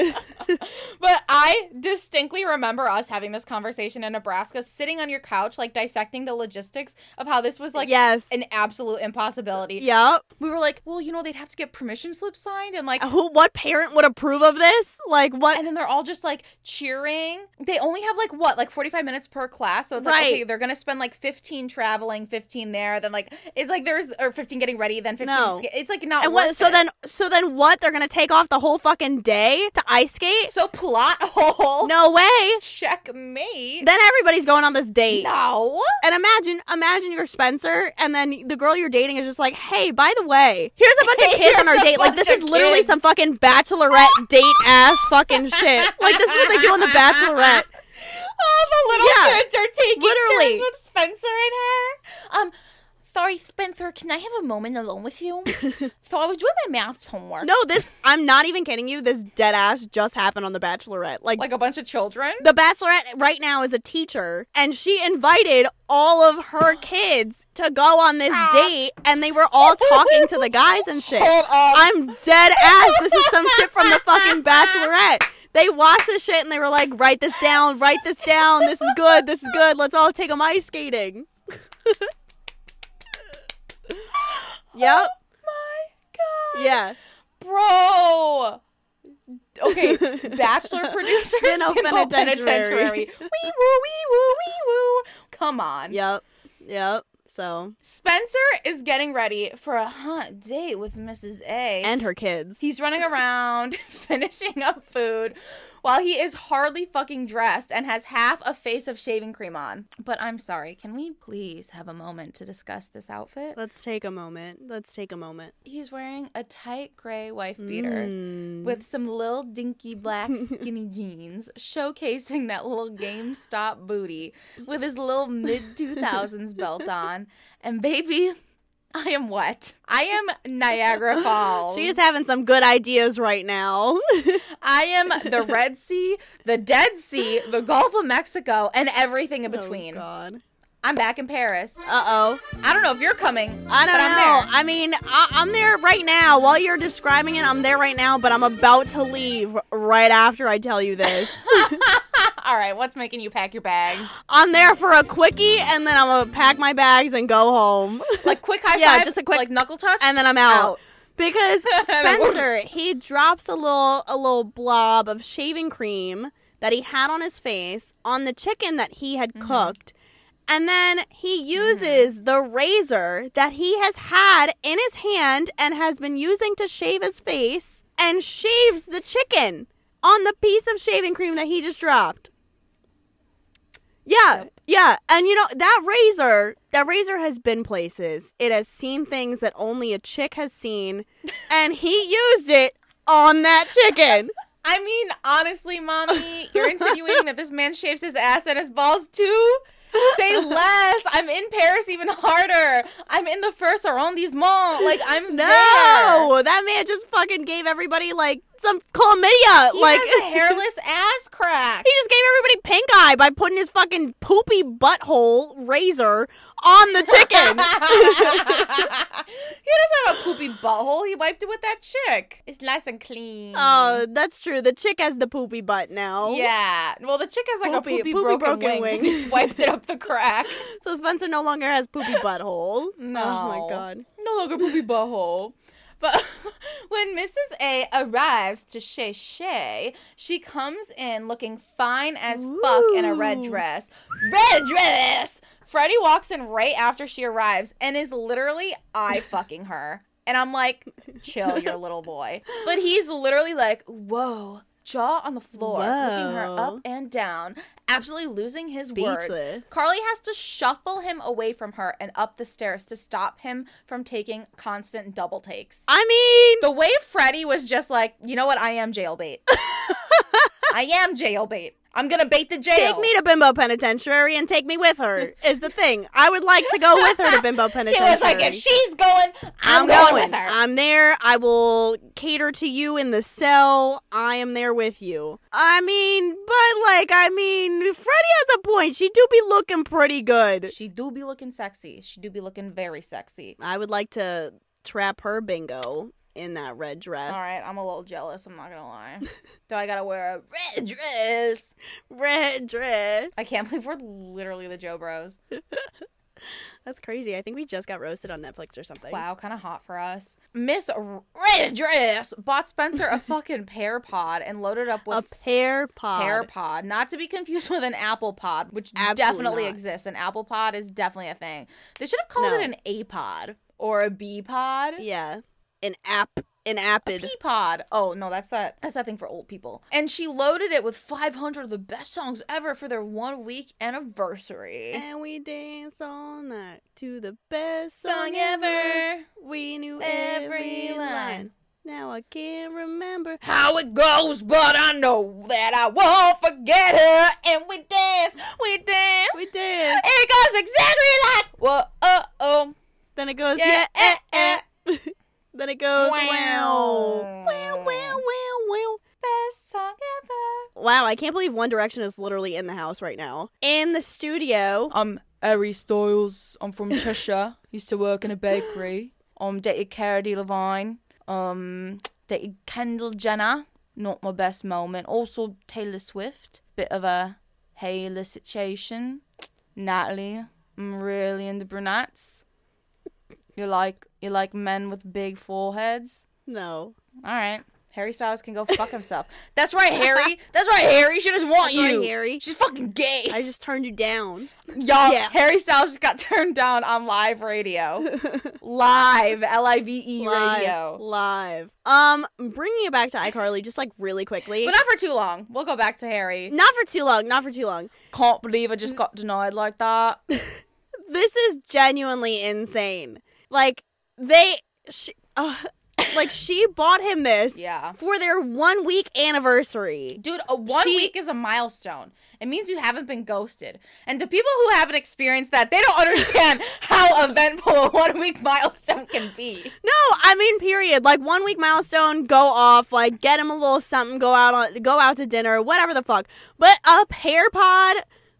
but I distinctly remember us having this conversation in Nebraska, sitting on your couch, like dissecting the logistics of how this was [LAUGHS] like
yes.
an absolute impossibility.
yep.
We were like, well, you know, they'd have to get permission slips signed, and like,
Who, what parent would approve of this? Like, what?
and then they're all just like cheering. They only have like what, like 45 minutes per class. So it's like,
Right.
okay, they're going to spend like 15 traveling, 15 there. Then like, it's like there's, or 15 getting ready, then 15.
No.
sk- It's like not
and what?
worth
So
it.
then, so then what? They're going to take off the whole fucking day to ice skate?
so plot [LAUGHS] hole.
No way.
Checkmate.
Then everybody's going on this date.
No.
And imagine, imagine you're Spencer, and then the girl you're dating is just like, "Hey, by the way, here's a bunch of kids on our
[LAUGHS] Here's a
date. Like,
bunch
this is
of
literally
kids."
some fucking
[LAUGHS]
bachelorette date ass fucking shit. Like, this is what they do on the Bachelorette.
All the little
Yeah,
kids are taking
literally.
turns with Spencer and her. Um,
Sorry, Spencer, can I have a moment alone with
[LAUGHS]
you? so I was doing my math homework.
No, this I'm not even kidding you. This dead ass just happened on the Bachelorette. Like,
like a bunch of children.
the Bachelorette right now is a teacher, and she invited all of her kids to go on this date, and they were all talking to the guys and shit.
Hold on.
I'm dead ass. This is some shit from the fucking Bachelorette. They watched this shit and they were like, write this down, write this down. This is good, this is good. Let's all take them ice skating. [LAUGHS] yep.
my God.
Yeah.
Bro.
[LAUGHS]
Okay, bachelor producers.
Pinhole Penitentiary.
Pinhole
[LAUGHS]
Penitentiary. wee woo, wee woo, wee woo. Come on.
Yep. Yep. So,
Spencer is getting ready for a hot date with Mrs. A.
and her kids.
He's running around, [LAUGHS] finishing up food, while he is hardly fucking dressed and has half a face of shaving cream on. But I'm sorry, can we please have a moment to discuss this outfit?
Let's take a moment. Let's take a moment.
He's wearing a tight gray wife beater
Mm.
with some little dinky
[LAUGHS]
black skinny jeans, showcasing that little GameStop booty with his
[LAUGHS]
little mid 2000s belt on. And baby, I am wet. I am Niagara
[LAUGHS]
Falls.
She is having some good ideas right now. [LAUGHS]
I am the Red Sea, the Dead Sea, the Gulf of Mexico, and everything in between.
Oh, God.
I'm back in Paris.
Uh oh.
I don't know if you're coming.
I don't
but
know.
I'm there.
I mean, I- I'm there right now. While you're describing it, I'm there right now, but I'm about to leave right after I tell you
[LAUGHS]
this.
All right, what's making you pack your bags?
I'm there for a quickie, and then I'm going to pack my bags and go home. [LAUGHS]
Like quick high
Yeah,
five,
just a quick-
like knuckle touch,
and then I'm out.
Out.
[LAUGHS] Because
And I'm-
Spencer, he drops a little a little blob of shaving cream that he had on his face on the chicken that he had cooked. And then he uses the razor that he has had in his hand and has been using to shave his face and shaves the chicken on the piece of shaving cream that he just dropped. Yeah, yeah, and you know that razor, that razor has been places. It has seen things that only a chick has
[LAUGHS]
seen, and he used it on that chicken.
I mean, honestly, mommy, you're insinuating that this man shaves his ass and his balls too?
[LAUGHS]
Say less. I'm in Paris even harder. I'm in the first arrondissement. Like I'm
No,
[LAUGHS] there.
that man just fucking gave everybody like some chlamydia.
He
like [LAUGHS]
has a hairless ass crack.
he just gave everybody pink eye by putting his fucking poopy butthole razor on the
[LAUGHS]
chicken. [LAUGHS]
he doesn't have a poopy butthole. He wiped it with that chick. It's nice and clean.
oh, that's true. The chick has the poopy butt now.
yeah. Well, the chick has like
Poopy-
a poopy,
poopy
broken,
broken
wing. [LAUGHS] 'cause
wing.
He swiped it up the crack.
So Spencer no longer has poopy butthole. Oh
[LAUGHS] No.
my god.
No longer poopy butthole. But [LAUGHS] when Mrs. A arrives to Shay Shay, she comes in looking fine as fuck in a red
Ooh.
dress. Red dress! Freddie walks in right after she arrives and is literally eye fucking her. And I'm like, chill, your little boy. But he's literally like, whoa, jaw on the floor, looking her
Whoa.
up and down, absolutely losing his words.
Speechless.
Carly has to shuffle him away from her and up the stairs to stop him from taking constant double takes.
I mean,
The way Freddy was just like, you know what? I
[LAUGHS]
am jailbait. I am jailbait. I'm gonna bait the jail.
Take me to Bimbo Penitentiary and take me with
[LAUGHS]
her is the thing. I would like to go with her to Bimbo
He
Penitentiary.
was like, if she's going, I'm, going, with her.
I'm there. I will cater to you in the cell. I am there with you. I mean, but like, I mean, Freddie has a point. She do be looking pretty good.
she do be looking sexy. She do be looking very sexy.
I would like to trap her bingo in that red dress.
All right, I'm a little jealous. I'm not
[LAUGHS]
gonna lie. Do I gotta wear a red dress?
Red dress.
I can't believe we're literally the Joe Bros.
That's crazy. I think we just got roasted on Netflix or something.
Wow, kind of hot for us. Miss R- Red Dress bought Spencer a fucking pear pod and loaded up
A
with
pear pod.
pear pod, not to be confused with an apple pod, which
Absolutely
definitely
not.
exists. An apple pod is definitely a thing. They should have called
No.
it an A pod or a B [LAUGHS] pod.
Yeah. An app. An appid.
Pea pod. Oh no, that's that. That's that thing for old people. And she loaded it with 500 of the best songs ever for their one week anniversary.
And we dance all night to the best
song ever.
We knew
Every
every,
line.
line. Now I can't remember.
how it goes, but I know that I won't forget her. And we dance, we dance.
We did.
[LAUGHS] It goes exactly like whoa, oh, oh.
Then it goes
Yeah,
yeah.
eh,
eh, eh. [LAUGHS] then it goes wow. Wow, wow, wow, wow.
Best song ever.
Wow, I can't believe One Direction is literally in the house right now. In the studio.
Oh.
I'm Ari Styles. I'm from Cheshire. Used to work in a bakery.
Um, dated Cardi Levine. Um, dated Kendall Jenner. Not my best moment. Also Taylor Swift. Bit of a Taylor situation. Natalie, I'm really into brunettes. You like you like men with big foreheads.
No.
All right. Harry Styles can go fuck himself. That's right, Harry. That's right, Harry. She doesn't want
Sorry,
you.
Harry.
She's fucking gay.
I just turned you down. [LAUGHS]
Y'all,
Yeah.
Harry Styles just got [LAUGHS] turned down on live radio. live, L I V E
Live.
radio.
Live. Um, bringing it back to iCarly just like really quickly.
But not for too long. We'll go back to Harry.
not for too long, not for too long.
Can't believe I just got denied like that.
This is genuinely insane. Like they she, uh, like she bought him this
[LAUGHS] Yeah.
for their 1 week anniversary.
Dude, a one
She-
week is a milestone. It means you haven't been ghosted. And to people who haven't experienced that, they don't [LAUGHS] understand how eventful a one week milestone can be.
No, I mean period. Like one week milestone, go off, like get him a little something, go out on go out to dinner, whatever the fuck. But a hair pod,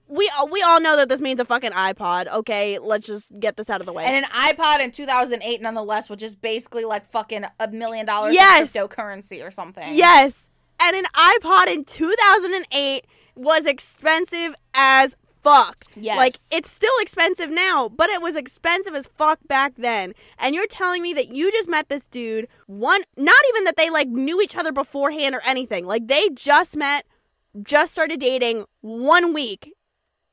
we all- we all know that this means a fucking iPod. Okay, let's just get this out of the way.
And an iPod in 2008, nonetheless, which is basically like fucking a million dollars
Yes.
in cryptocurrency or something.
yes, and an iPod in 2008 was expensive as fuck.
Yes.
Like it's still expensive now, but it was expensive as fuck back then. And you're telling me that you just met this dude one not even that they like knew each other beforehand or anything. Like they just met, just started dating one week.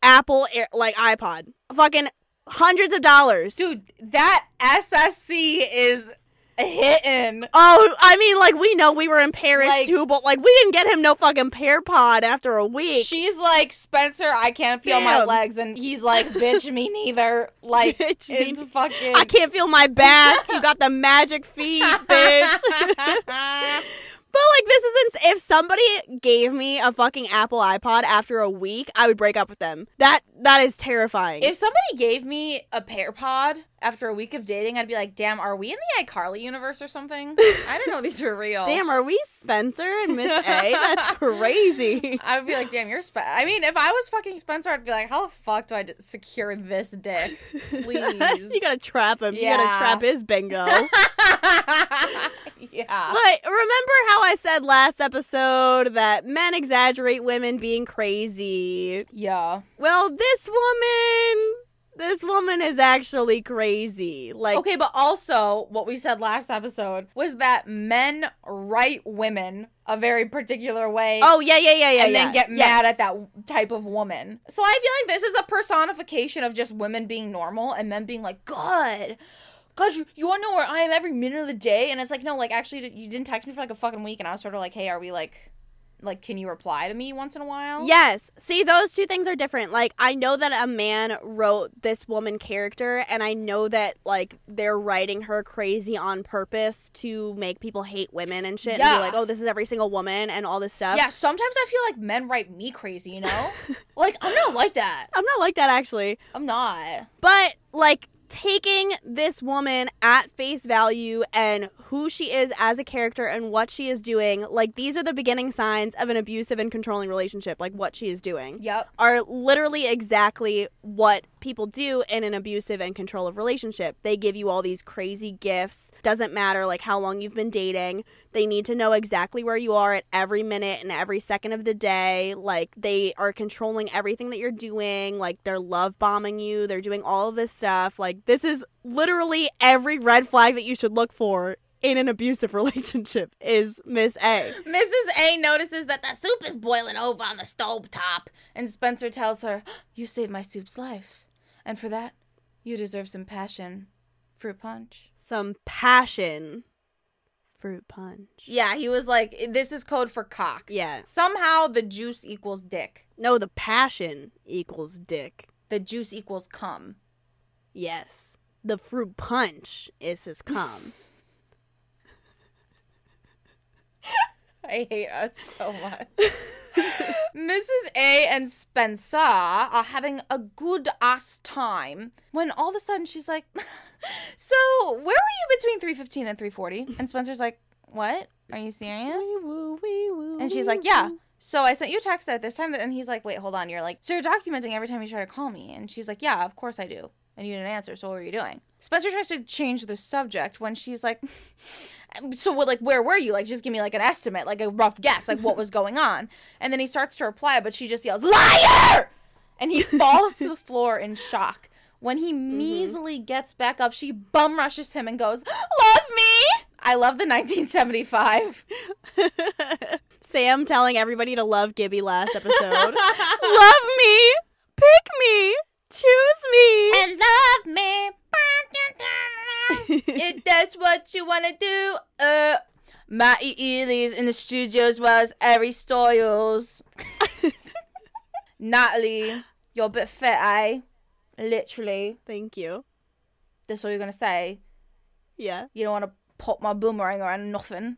Apple Air, like iPod. Fucking hundreds of dollars.
Dude, that SSC is hitting.
Oh, I mean, like we know we were in Paris
Like-
too, but like we didn't get him no fucking pear pod after a week.
She's like, Spencer, I can't feel my
Damn.
legs. And
[LAUGHS]
he's like, bitch, me neither. Like,
Bitch, me
it's
neither.
fucking.
I can't feel my back. you got the magic
[LAUGHS]
feet, bitch. [LAUGHS] But like this isn't if somebody gave me a fucking Apple iPod after a week, I would break up with them. That that is terrifying.
If somebody gave me a pair pod after a week of dating, I'd be like, damn, are we in the iCarly universe or something? I didn't know these were real.
[LAUGHS] Damn, are we Spencer and Miss A?
[LAUGHS]
That's crazy.
I would be like, damn, you're. Spe- I mean, if I was fucking Spencer, I'd be like, how the fuck do I d- secure
[LAUGHS]
this dick? Please.
you gotta trap him. You
Yeah.
gotta trap his
[LAUGHS]
bingo.
yeah.
But remember how I said last episode that men exaggerate women being crazy?
Yeah.
Well, this woman, this woman is actually crazy. Like,
Okay, but also what we said last episode was that men write women a very particular way.
oh yeah, yeah, yeah, yeah,
and
yeah.
then get
Yes.
mad at that w- type of woman. So I feel like this is a personification of just women being normal and men being like, God, God, you, you want to know where I am every minute of the day? And it's like, no, like actually, you didn't text me for like a fucking week, and I was sort of like, hey, are we like, like, can you reply to me once in a while?
Yes. See, those two things are different. Like, I know that a man wrote this woman character, and I know that, like, they're writing her crazy on purpose to make people hate women and shit. And
Yeah.
be like, oh, this is every single woman and all this stuff.
Yeah. Sometimes I feel like men write me crazy.
[LAUGHS]
You know, like I'm not like that.
I'm not like that, actually.
I'm not.
But, like, taking this woman at face value and who she is as a character and what she is doing, like, these are the beginning signs of an abusive and controlling relationship, like, what she is doing.
Yep.
are literally exactly what people do in an abusive and control of relationship. They give you all these crazy gifts. Doesn't matter like how long you've been dating. They need to know exactly where you are at every minute and every second of the day. Like they are controlling everything that you're doing. Like they're love bombing you. They're doing all of this stuff. Like this is literally every red flag that you should look for in an abusive [LAUGHS] relationship is Miss A.
Mrs. A notices that the soup is boiling over on the stove top, and Spencer tells her, "You saved my soup's life, and for that, you deserve some passion, fruit punch."
Some passion. Fruit punch.
Yeah, he was like, "This is code for cock."
Yeah.
Somehow the juice equals dick.
No, the passion equals dick.
The juice equals cum.
Yes. The fruit punch is his [LAUGHS] cum.
[LAUGHS] I hate us so much. Mrs. A and Spencer are having a good ass time when all of a sudden she's like, [LAUGHS] So, where were you between 315 and 340? And Spencer's like, What? Are you serious? And she's like, Yeah. So I sent you a text at this time. And he's like, Wait, hold on. You're like, So you're documenting every time you try to call me. And she's like, Yeah, of course I do. And you didn't answer. So what were you doing? Spencer tries to change the subject when she's like, [LAUGHS] so what like where were you like just give me like an estimate like a rough guess like what was going on and then he starts to reply but she just yells liar and he falls to the floor in shock when he measly gets back up she bum rushes him and goes love me I love the 1975.
[LAUGHS] Sam telling everybody to love Gibby last episode. love [LAUGHS] me. Pick me. Choose me.
I love me.
[LAUGHS] if that's what you want to do, uh, Matty Ely's in the studio as well as Ari
[LAUGHS]
Styles. Natalie, you're a bit fit, eh? Literally.
Thank you.
That's all you're going to say.
Yeah.
You don't want to pop my boomerang around nothing.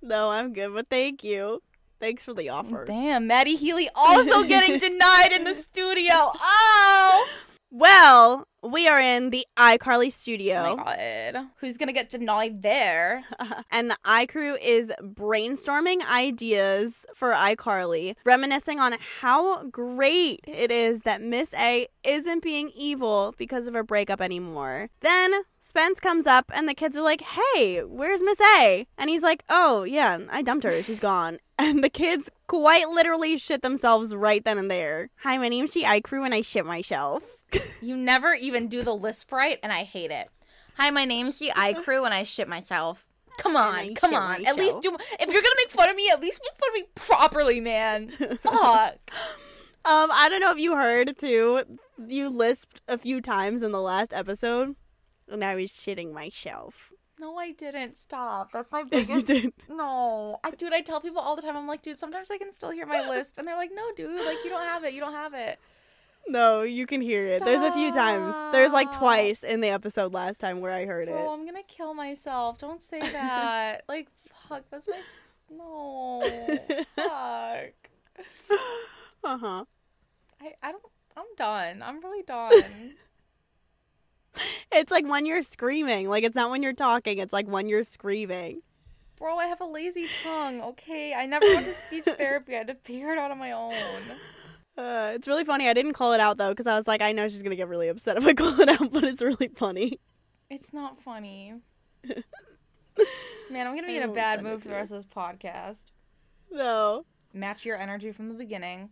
No, I'm good, but thank you. Thanks for the offer.
Damn, Maddie Healy
[LAUGHS]
also getting denied in the studio. Oh!
Well, we are in the iCarly studio.
oh my god. Who's gonna get denied there?
and the iCrew is brainstorming ideas for iCarly, reminiscing on how great it is that Miss A isn't being evil because of her breakup anymore. Then Spence comes up, and the kids are like, Hey, where's Miss A? And he's like, Oh, yeah, I dumped her. She's gone. [LAUGHS] And the kids quite literally shit themselves right then and there. Hi, my name's the iCrew, and I shit myself. [LAUGHS]
You never even do the lisp right, and I hate it. Hi, my name's the I Crew, and I shit myself. Come on,
I
come
shit
on. At least
myself.
do. If you're gonna make fun of me, at least make fun of me
[LAUGHS]
properly, man. Fuck.
Um, I don't know if you heard too. You lisped a few times in the last episode, and I was shitting myself.
No, I didn't. Stop. That's my
[LAUGHS] Yes, you
biggest.
did.
No, I dude. I tell people all the time. I'm like, dude. Sometimes I can still hear my lisp, and they're like, no, dude. Like you don't have it. You don't have it.
No, you can hear it. There's a few times. There's like
Stop.
twice in the episode last time where I heard
Bro,
it.
Oh, I'm gonna kill myself.
[LAUGHS]
Don't say that. like, fuck. That's my.
[LAUGHS]
No. fuck.
Uh huh.
I, I don't. I'm done. I'm really done.
It's like when you're screaming. Like it's not when you're talking. It's like when you're screaming.
Bro, I have a lazy tongue, okay? I never went
[LAUGHS]
to speech therapy. I had to figure it out on my own.
Uh, it's really funny. I didn't call it out though because I was like, I know she's gonna get really upset if I [LAUGHS] call it out, but it's really funny. [LAUGHS]
It's not funny. Man, I'm gonna be in
I
a
won't
bad
send it
mood for the
to her.
rest of this podcast.
No.
Match your energy from
[LAUGHS]
the beginning.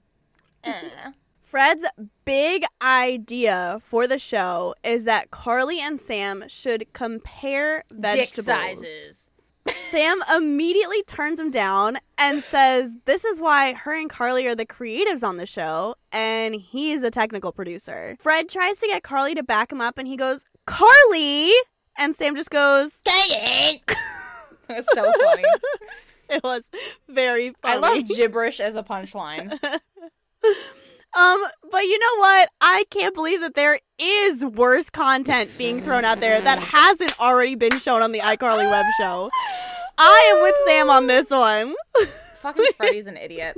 Eh.
Fred's big idea for the show is that Carly and Sam should compare vegetables.
[LAUGHS]
Sam immediately turns him down and says, This is why her and Carly are the creatives on the show, and he is a technical producer. Fred tries to get Carly to back him up, and he goes, Carly! And Sam just goes, [LAUGHS]
That's so funny.
It was very funny.
I love gibberish as a punchline.
Um, but you know what? I can't believe that there is worse content being thrown out there that hasn't already been shown on the iCarly web show. I am with Sam on this one.
Fucking Freddy's
[LAUGHS]
an idiot.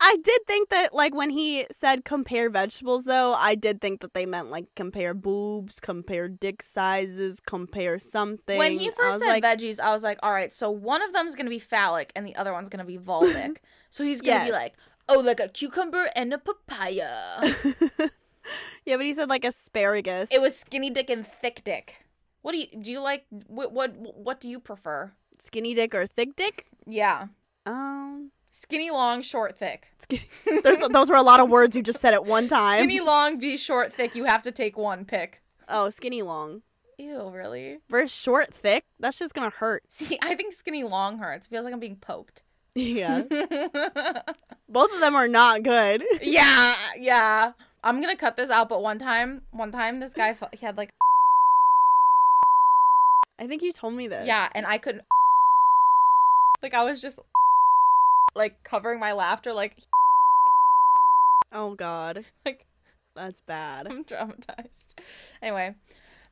I did think that, like, when he said compare vegetables, though, I did think that they meant, like, compare boobs, compare dick sizes, compare something.
When he
I
first
was
said
like,
veggies, I was like, all right, so one of them's going to be phallic and the other one's going to be
[LAUGHS]
vulvic. so he's going to
Yes.
be like, oh, like a cucumber and a
[LAUGHS]
papaya.
yeah, but he said, like, asparagus.
It was skinny dick and thick dick. What do you do? You like what? What? What do you prefer?
skinny dick or thick dick.
Yeah,
[LAUGHS]
Um,
skinny long, short thick.
skinny. There's, those were a lot of words you just said at one time.
Skinny long v short thick. You have to take one pick.
Oh, skinny long.
Ew, really?
versus short, thick, that's just gonna hurt. [LAUGHS]
See, I think skinny long hurts. Feels like I'm being poked. [LAUGHS]
Yeah. Both of them are not good.
Yeah, yeah. I'm gonna cut this out. But one time, one time, this guy fu- he had [LAUGHS] like
I think you told me this.
yeah, and I couldn't. [LAUGHS] Like I was just like covering my laughter. Like [LAUGHS]
Oh god.
like
That's bad.
I'm [LAUGHS] traumatized. Anyway,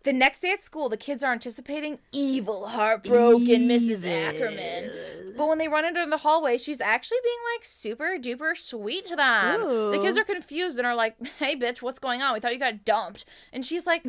the next day at school, the kids are anticipating evil, heartbroken Mrs. Ackerman. But when they run into her in the hallway, she's actually being like super duper sweet to them. The kids
Ooh.
are confused and are like, hey, bitch, what's going on? We thought you got dumped. And she's like,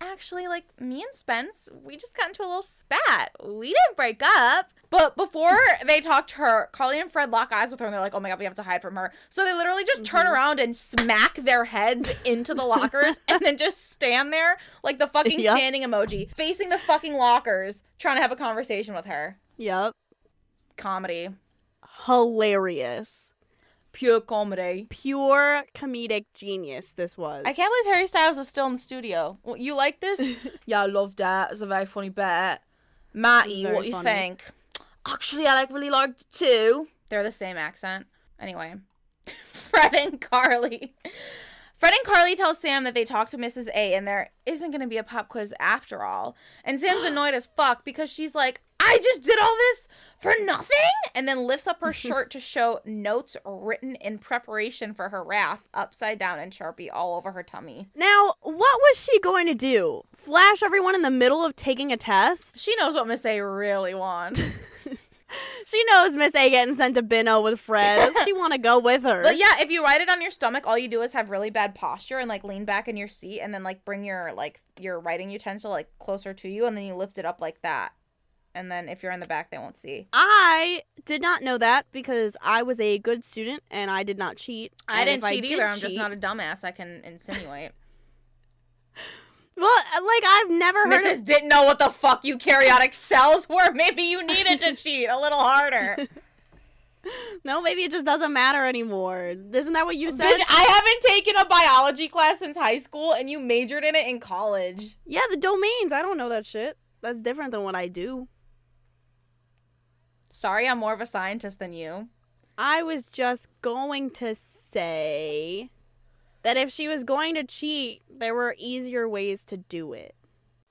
actually, like, me and Spence, we just got into a little spat. We didn't break up. But before they talk to her, Carly and Fred lock eyes with her and they're like, oh my God, we have to hide from her. So they literally just turn around and smack their heads into the lockers and then just stand there like the fucking
Yeah.
standing emoji, facing the fucking lockers, trying to have a conversation with her.
Yep.
Comedy.
Hilarious.
pure comedy.
Pure comedic genius this was.
I can't [LAUGHS] believe Harry Styles is still in the studio. Well, you like this? yeah, I love that. It's a very funny bit.
Matty,
Very
what you
funny.
think? Actually, I like really liked it too.
They're the same accent. Anyway, [LAUGHS] Fred and Carly. Fred and Carly tell Sam that they talked to Mrs. A and there isn't going to be a pop quiz after all. And
[GASPS]
Sam's annoyed as fuck because she's like, I just did all this for nothing? And then lifts
[LAUGHS]
up her shirt to show notes written in preparation for her wrath upside down and Sharpie all over her tummy.
Now, what was she going to do? Flash everyone in the middle of taking a test?
She knows what Miss A really wants.
She knows Miss A getting sent to Bino with
[LAUGHS]
Fred. she want to go with her.
But yeah, if you ride it on your stomach, all you do is have really bad posture and like lean back in your seat and then like bring your like your writing utensil like closer to you and then you lift it up like that. And then if you're in the back, they won't see.
I did not know that because I was a good student and I did not cheat.
I
And
didn't
if
cheat
did
either. I'm just
cheat-
not a dumbass. I can [LAUGHS] insinuate.
Well, like I've never heard
[LAUGHS] Mrs.
of
didn't know what the fuck eukaryotic cells were. [LAUGHS] Maybe you needed to cheat a little [LAUGHS] harder.
No, maybe it just doesn't matter anymore. Isn't that what you said?
Bitch, I haven't taken a biology class since high school and you majored in it in college.
yeah, the domains. I don't know that shit. That's different than what I do.
Sorry, I'm more of a scientist than you.
I was just going to say that if she was going to cheat, there were easier ways to do it.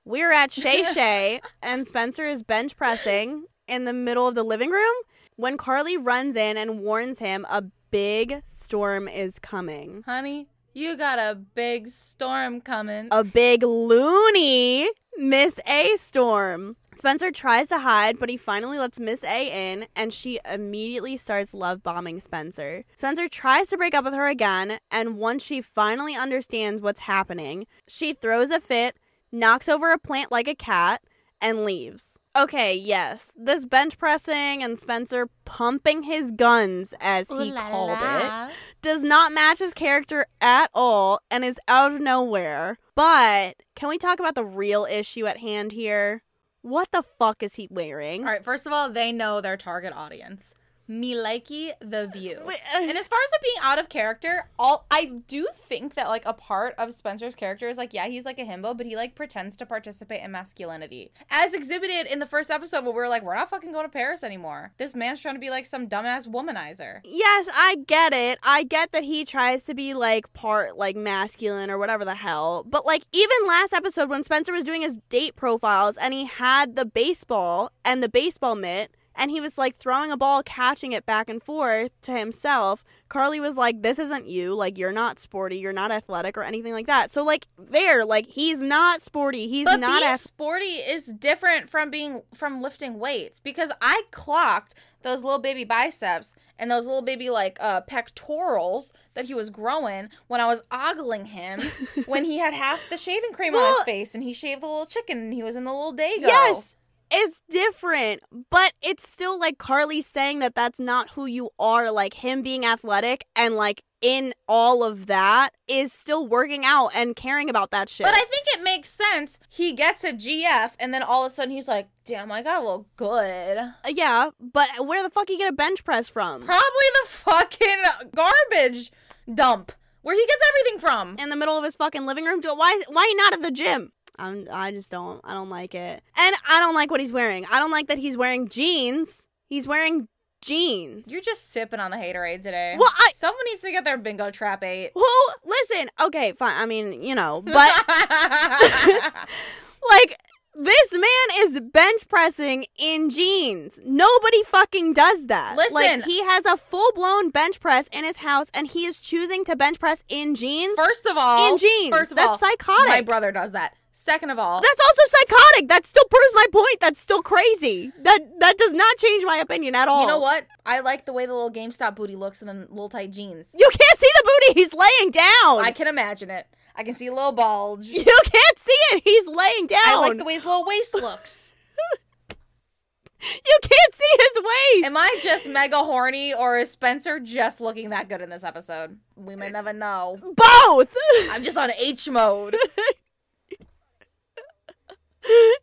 We're at Shay Shay, and Spencer is bench pressing in the middle of the living room when Carly runs in and warns him a big storm is coming.
Honey, you got a big storm coming.
A big loony Miss A storm. Spencer tries to hide, but he finally lets Miss A in, and she immediately starts love bombing Spencer. Spencer tries to break up with her again, and once she finally understands what's happening, she throws a fit, knocks over a plant like a cat, and leaves. Okay, yes, this bench pressing and Spencer pumping his guns, as he called it does not match his character at all and is out of nowhere. But can we talk about the real issue at hand here? What the fuck is he wearing?
All right, first of all, they know their target audience. Me likey the view.
Wait, uh,
And as far as it being out of character, all I do think that like a part of Spencer's character is like, yeah, he's like a himbo, but he like pretends to participate in masculinity. As exhibited in the first episode where we were like, we're not fucking going to Paris anymore. This man's trying to be like some dumbass womanizer.
yes, I get it. I get that he tries to be like part like masculine or whatever the hell. But like even last episode when Spencer was doing his date profiles and he had the baseball and the baseball mitt and he was like throwing a ball, catching it back and forth to himself. Carly was like, This isn't you. Like, you're not sporty. You're not athletic or anything like that. So, like, there, like, he's not sporty. He's
but
not
being
athletic.
sporty is different from being from lifting weights because I clocked those little baby biceps and those little baby like uh, pectorals that he was growing when I was
[LAUGHS]
ogling him when he had half the shaving cream on his
Well-
face and he shaved the little chicken and he was in the little dago.
Yes, it's different, but it's still like Carly saying that that's not who you are. Like him being athletic and like in all of that is still working out and caring about that shit.
But I think it makes sense. He gets a GF and then all of a sudden he's like, damn, I got a little good.
Uh, yeah, but where the fuck you get a bench press from?
Probably the fucking garbage dump where he gets everything from.
in the middle of his fucking living room. Do- Why? is- Why not at the gym? I'm, I just don't. I don't like it, and I don't like what he's wearing. I don't like that he's wearing jeans. He's wearing jeans.
You're just sipping on the haterade today.
Well, I-
someone needs to get their bingo trap eight.
who? Listen, okay, fine. I mean, you
[LAUGHS]
know, but [LAUGHS] Like this man is bench pressing in jeans. Nobody fucking does that.
Listen.
like, he has a full blown bench press in his house, and he is choosing to bench press in jeans.
first of all,
In jeans.
First of
That's
all,
psychotic.
My brother does that. Second of all,
That's also psychotic. That still proves my point. That's still crazy. That that does not change my opinion at all.
you know what? I like the way the little GameStop booty looks in the little tight jeans.
You can't see the booty. He's laying down.
I can imagine it. I can see a little bulge.
you can't see it. He's laying down.
I like the way his little
[LAUGHS]
waist looks.
you can't see his waist.
Am I just mega horny or is Spencer just looking that good in this episode? We may never know.
Both. [LAUGHS]
I'm just on H mode.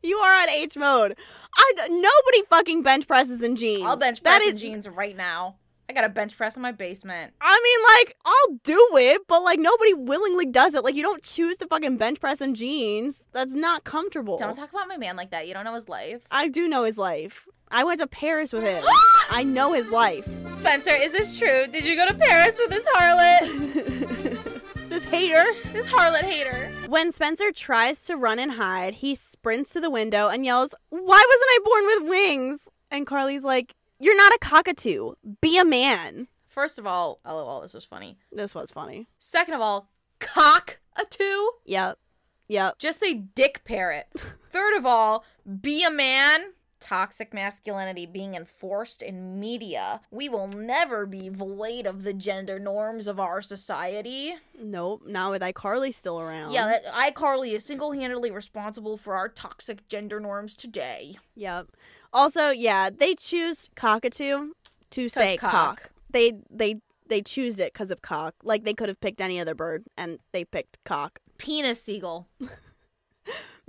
you are on H mode. I nobody fucking bench presses in jeans.
I'll bench
That
press in
is-
jeans right now. I got a bench press in my basement.
I mean, like, I'll do it, but like nobody willingly does it. Like, you don't choose to fucking bench press in jeans. That's not comfortable.
Don't talk about my man like that. You don't know his life.
I do know his life. I went to Paris with [GASPS] him. I know his [LAUGHS] life.
[GASPS] Spencer, is this true? Did you go to Paris with this harlot?
this hater.
This harlot hater.
When Spencer tries to run and hide, he sprints to the window and yells, Why wasn't I born with wings? And Carly's like, You're not a cockatoo. Be a man.
First of all, lol, this was funny.
This was funny.
Second of all, cock a two.
Yep. Yep.
Just say dick [LAUGHS] parrot. Third of all, be a man. Toxic masculinity being enforced in media. We will never be void of the gender norms of our society.
Nope. Not with iCarly still around.
Yeah,
That iCarly is single handedly responsible for our toxic gender norms today.
Yep. Also, yeah, they choose cockatoo to say cock.
cock.
They they they choose it because of cock. Like they could have picked any other bird, and they picked cock.
Penis seagull.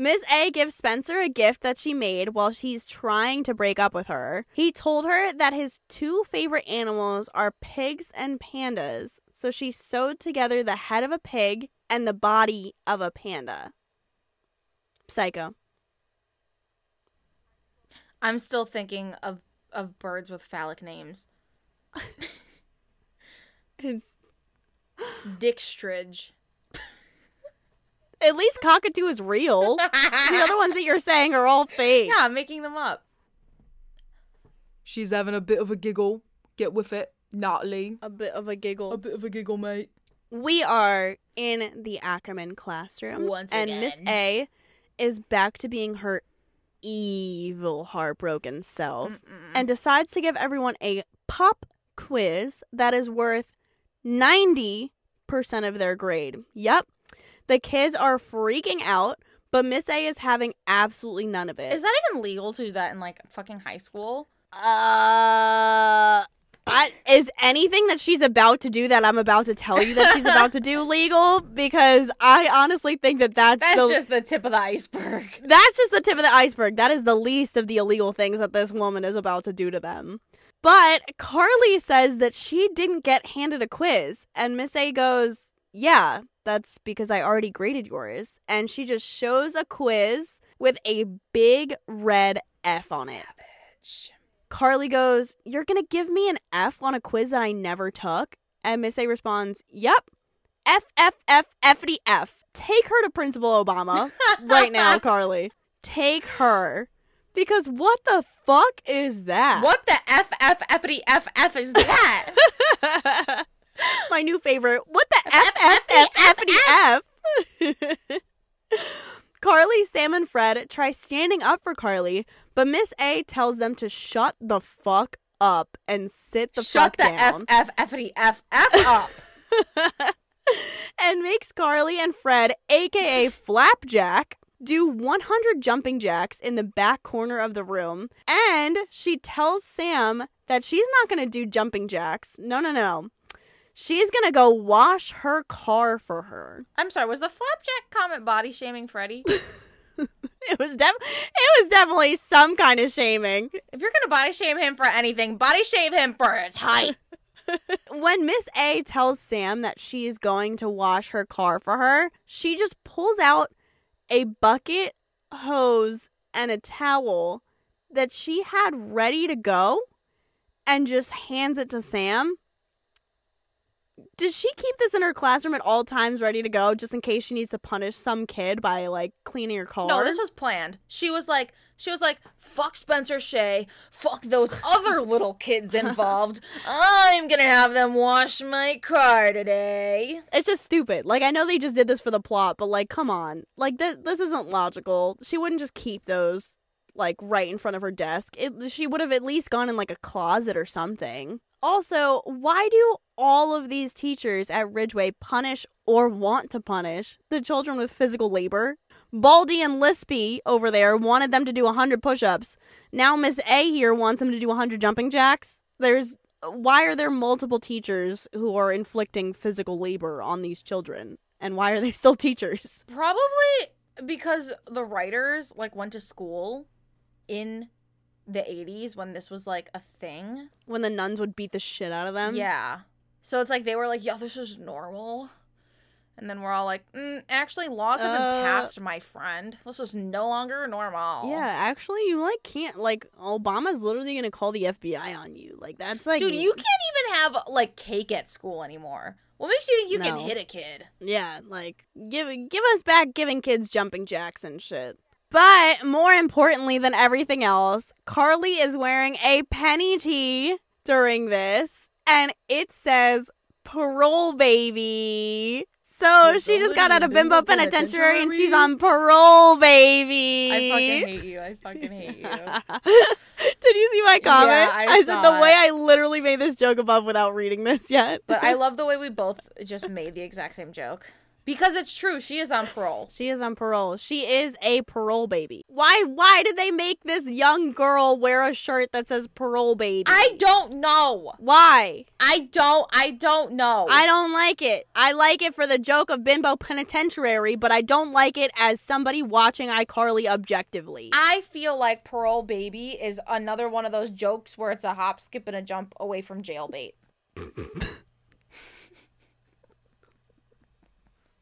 Miss A gives Spencer a gift that she made while she's trying to break up with her. He told her that his two favorite animals are pigs and pandas, so she sewed together the head of a pig and the body of a panda. Psycho.
I'm still thinking of of birds with phallic names.
It's
Mm. Dickstridge.
At least cockatoo is real. the other ones that you're saying are all fake.
Yeah, I'm making them up.
She's having a bit of a giggle. Get with it, Natalie.
A bit of a
A
giggle.
bit of a giggle, mate.
We are in the Ackerman classroom.
Once
And Miss A is back to being her evil, heartbroken self and decides to give everyone a pop quiz that is worth 90% of their grade. Yep. The kids are freaking out, but Miss A is having absolutely none of it.
Is that even legal to do that in like fucking high school?
Uh, I, is anything that she's about to do that I'm about to tell you that she's about to do [LAUGHS] legal? Because I honestly think that that's,
That's
the,
just the tip of the [LAUGHS] iceberg.
that's just the tip of the iceberg. That is the least of the illegal things that this woman is about to do to them. But Carly says that she didn't get handed a quiz, and Miss A goes, "Yeah, that's because I already graded yours." And she just shows a quiz with a big red F on it. Carly goes, You're going to give me an F on a quiz that I never took? And Miss A responds, Yep. F, F, F, F'ty F. Take her to Principal [LAUGHS] Obama right now, Carly. Take her. Because what the fuck is that?
What the f f effity f f [LAUGHS] is that?
[LAUGHS] My new favorite. What the F, F, F, F'ty F? [LAUGHS] Carly, Sam, and Fred try standing up for Carly, but Miss A tells them to shut the fuck up and sit the fuck
Shut the
down.
f f effity f f up.
[LAUGHS] and makes Carly and Fred, aka Flapjack, do 100 jumping jacks in the back corner of the room. And she tells Sam that she's not going to do jumping jacks. No, no, no. She's going to go wash her car for her.
[LAUGHS]
[LAUGHS]
I'm sorry. Was the flapjack comment body shaming [LAUGHS] Freddy?
It was def- it was definitely some kind of shaming.
If you're gonna body shame him for anything, body shame him for his height.
when Miss A tells Sam that she is going to wash her car for her, she just pulls out a bucket, hose, and a towel that she had ready to go and just hands it to Sam. Does she keep this in her classroom at all times ready to go just in case she needs to punish some kid by like cleaning her car?
No, this was planned. She was like, she was like, fuck Spencer Shea, fuck those [LAUGHS] other little kids involved. I'm gonna have them wash my car today.
It's just stupid. Like I know they just did this for the plot, but like come on. Like th- this isn't logical. She wouldn't just keep those like right in front of her desk. It, she would have at least gone in like a closet or something. Also, why do all of these teachers at Ridgeway punish or want to punish the children with physical labor? Baldy and Lispy over there wanted them to do 100 push-ups. Now Miss A here wants them to do 100 jumping jacks. There's why are there multiple teachers who are inflicting physical labor on these children and why are they [LAUGHS] still teachers
Probably because the writers like went to school in the 80s when this was like a thing.
When the nuns would beat the shit out of
Um,
them.
yeah. So it's like they were like, yeah, this is normal. And then we're all like, mm, actually, laws have been
Uh,
passed, my friend. This is no longer normal.
Yeah, actually, you like can't like Obama's literally gonna call the FBI on you. Like that's like
Dude, you can't even have like cake at school anymore. What makes you think you
No.
can hit a kid?
Yeah, like give give us back giving kids jumping jacks and shit. But more importantly than everything else, Carly is wearing a penny tee during this, and it says parole baby. So she just got out of bimbo penitentiary and she's on parole baby.
I fucking
[LAUGHS]
hate you. I fucking hate you.
Did you see my comment?
Yeah, I
said
saw
the way
it.
I literally made this joke above without reading this yet.
But I love the way we both just made the exact same joke. Because it's true, she is on parole.
She is on parole. She is a parole baby. Why why did they make this young girl wear a shirt that says parole baby?
I don't know.
why?
I don't I don't know.
I don't like it. I like it for the joke of bimbo penitentiary, but I don't like it as somebody watching iCarly objectively.
I feel like parole baby is another one of those jokes where it's a hop, skip, and a jump away from jail bait.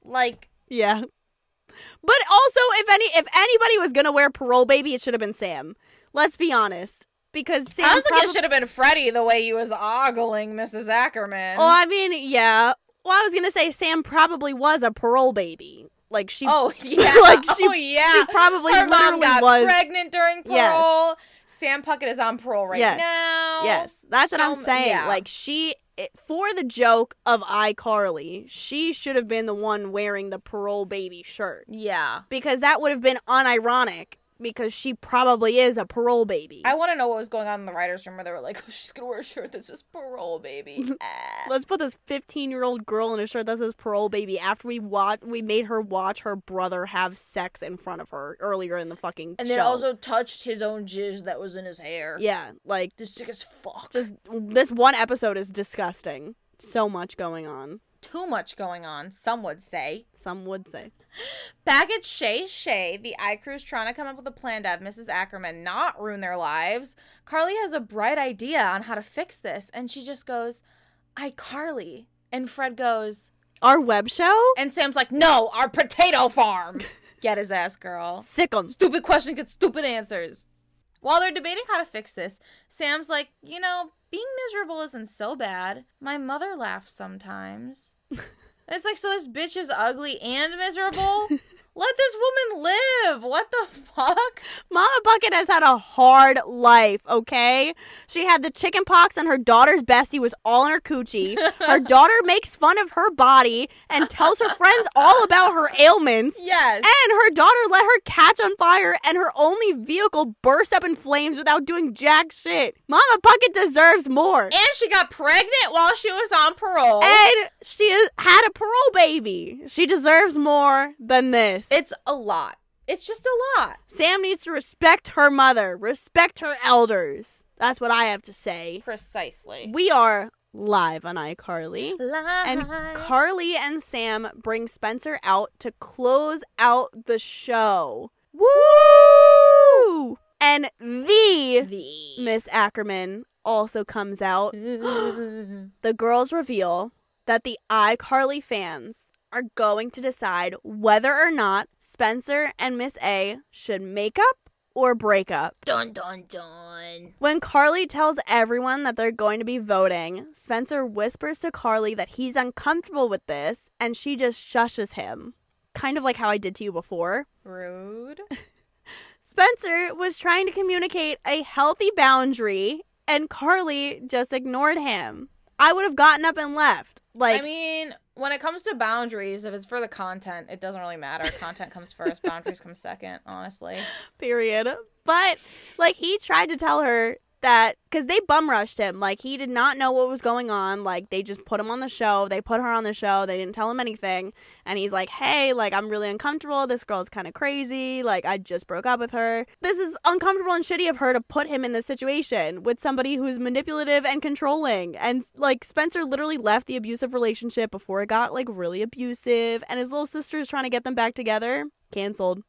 like
yeah. But also if any if anybody was gonna wear parole baby, it should have been Sam. Let's be honest. Because Sam
I was thinking
probably
it should have been Freddy the way he was ogling Mrs. Ackerman.
Oh, I mean, yeah. Well, I was gonna say Sam probably was a parole baby. Like she [LAUGHS]
Oh, yeah,
Like, she-
oh yeah.
She probably
Her
literally
mom got
was.
pregnant during
Yes.
parole. Sam Puckett is on parole right
Yes.
now.
Yes, that's what I'm
So-
saying.
yeah.
Like she, it, for the joke of iCarly, she should have been the one wearing the parole baby shirt
Yeah.
because that would have been unironic because she probably is a parole baby.
I want to know what was going on in the writer's room where they were like, oh, she's going to wear a shirt that says
[LAUGHS]
parole, baby. Ah.
Let's put this 15 year old girl in a shirt that says parole baby after we watch we made her watch her brother have sex in front of her earlier in the fucking
and then
show.
also touched his own jizz that was in his hair.
yeah, like
This sick as fuck. There's
just this one episode is disgusting. So much going on.
too much going on, some would say.
Some would say.
Back at Shay Shay, the I crew's trying to come up with a plan to have Mrs. Ackerman not ruin their lives. Carly has a bright idea on how to fix this, and she just goes, I Carly. And Fred goes,
Our web show?
and Sam's like, No, our potato farm. Get his ass, girl.
Sick 'em.
Stupid question gets stupid answers. While they're debating how to fix this, Sam's like, You know, being miserable isn't so bad. My mother laughs sometimes. And it's like, So this bitch is ugly and miserable? Let this woman live. What the fuck?
Mama Bucket has had a hard life, okay? She had the chicken pox and her daughter's bestie was all in her coochie.
[LAUGHS]
Her daughter makes fun of her body and tells her friends all about her ailments.
Yes.
And her daughter let her catch on fire and her only vehicle burst up in flames without doing jack shit. Mama Bucket deserves more.
And she got pregnant while she was on parole.
And she is- had a parole baby. She deserves more than this.
It's a lot. It's just a lot.
Sam needs to respect her mother, respect her elders. That's what I have to say.
Precisely.
We are live on iCarly. And
Lies.
Carly and Sam bring Spencer out to close out the show. Woo! And the Miss Ackerman also comes [GASPS] out. the girls reveal that the iCarly fans are going to decide whether or not Spencer and Miss A should make up or break up.
dun dun dun.
When Carly tells everyone that they're going to be voting, Spencer whispers to Carly that he's uncomfortable with this and she just shushes him. Kind of like how I did to you before.
Rude.
Spencer was trying to communicate a healthy boundary and Carly just ignored him. I would have gotten up and left. Like,
I mean, when it comes to boundaries, if it's for the content, it doesn't
[LAUGHS]
really matter. Content comes first, boundaries come second, honestly.
period. But like he tried to tell her that because they bum rushed him. Like he did not know what was going on. Like they just put him on the show. They put her on the show. They didn't tell him anything. And he's like, hey, like I'm really uncomfortable. This girl's kind of crazy. Like I just broke up with her. This is uncomfortable and shitty of her to put him in this situation with somebody who's manipulative and controlling. And like Spencer literally left the abusive relationship before it got like really abusive. And his little sister is trying to get them back together. Canceled.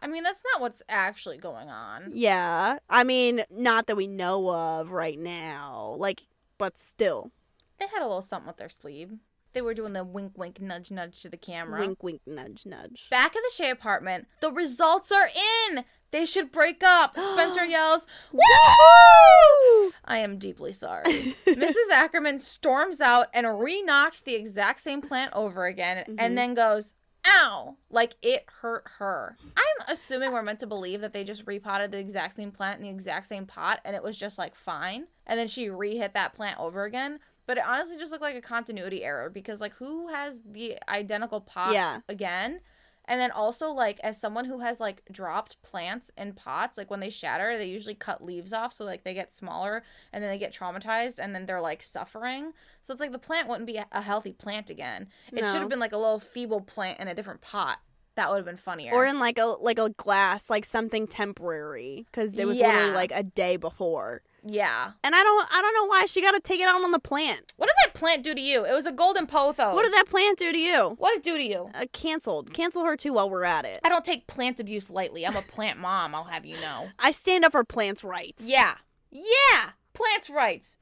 I mean, that's not what's actually going on.
Yeah. I mean, not that we know of right now. Like, but still.
They had a little something up their sleeve. They were doing the wink, wink, nudge, nudge to the camera.
Wink, wink, nudge, nudge.
Back at the Shea apartment, the results are in. They should break
[GASPS]
up. Spencer yells, [LAUGHS] Woohoo! [LAUGHS] I am deeply sorry. Mrs. Ackerman storms out and re knocks the exact same plant over again and then goes, Ow! Like it hurt her. I'm assuming we're meant to believe that they just repotted the exact same plant in the exact same pot and it was just like fine. And then she re hit that plant over again. But it honestly just looked like a continuity error because, like, who has the identical pot
Yeah.
again? And then also like as someone who has like dropped plants in pots, like when they shatter, they usually cut leaves off so like they get smaller and then they get traumatized and then they're like suffering. So it's like the plant wouldn't be a- a healthy plant again. It
No.
should have been like a little feeble plant in a different pot. That would have been funnier.
Or in like a like a glass, like something temporary, because it was literally
Yeah.
like a day before.
yeah.
And I don't I don't know why she got to take it out on the plant.
What did that plant do to you? It was a golden pothos.
What did that plant do to you?
What did it do to you?
Uh, canceled. Cancel her too while we're at it.
I don't take plant abuse lightly. I'm a plant mom. I'll have you know.
I stand up for plants' rights.
Yeah. Yeah. Plants' rights.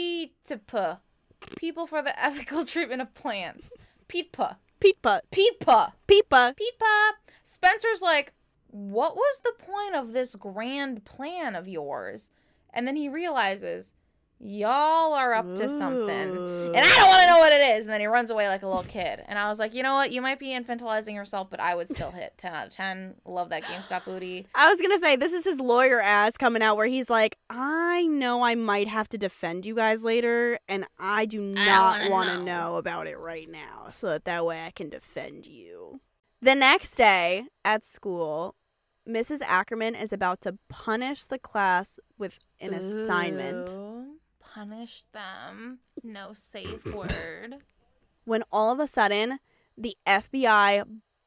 PETA. People for the [LAUGHS] ethical treatment of plants. PETA.
Peepa.
PETA.
Peepa.
PETA. Spencer's like, what was the point of this grand plan of yours? And then he realizes, y'all are up to something. And I don't want to know what it is. And then he runs away like a little kid. And I was like, you know what? You might be infantilizing yourself, but I would still hit 10 out of 10. Love that GameStop booty.
I was gonna say this is his lawyer ass coming out where he's like, I know I might have to defend you guys later, and I do not
wanna
want to
know."
know about it right now, so that that way I can defend you. The next day at school, Mrs. Ackerman is about to punish the class with an assignment
Ooh, Punish them. No
[COUGHS]
safe word. Oh
when all of a sudden the FBI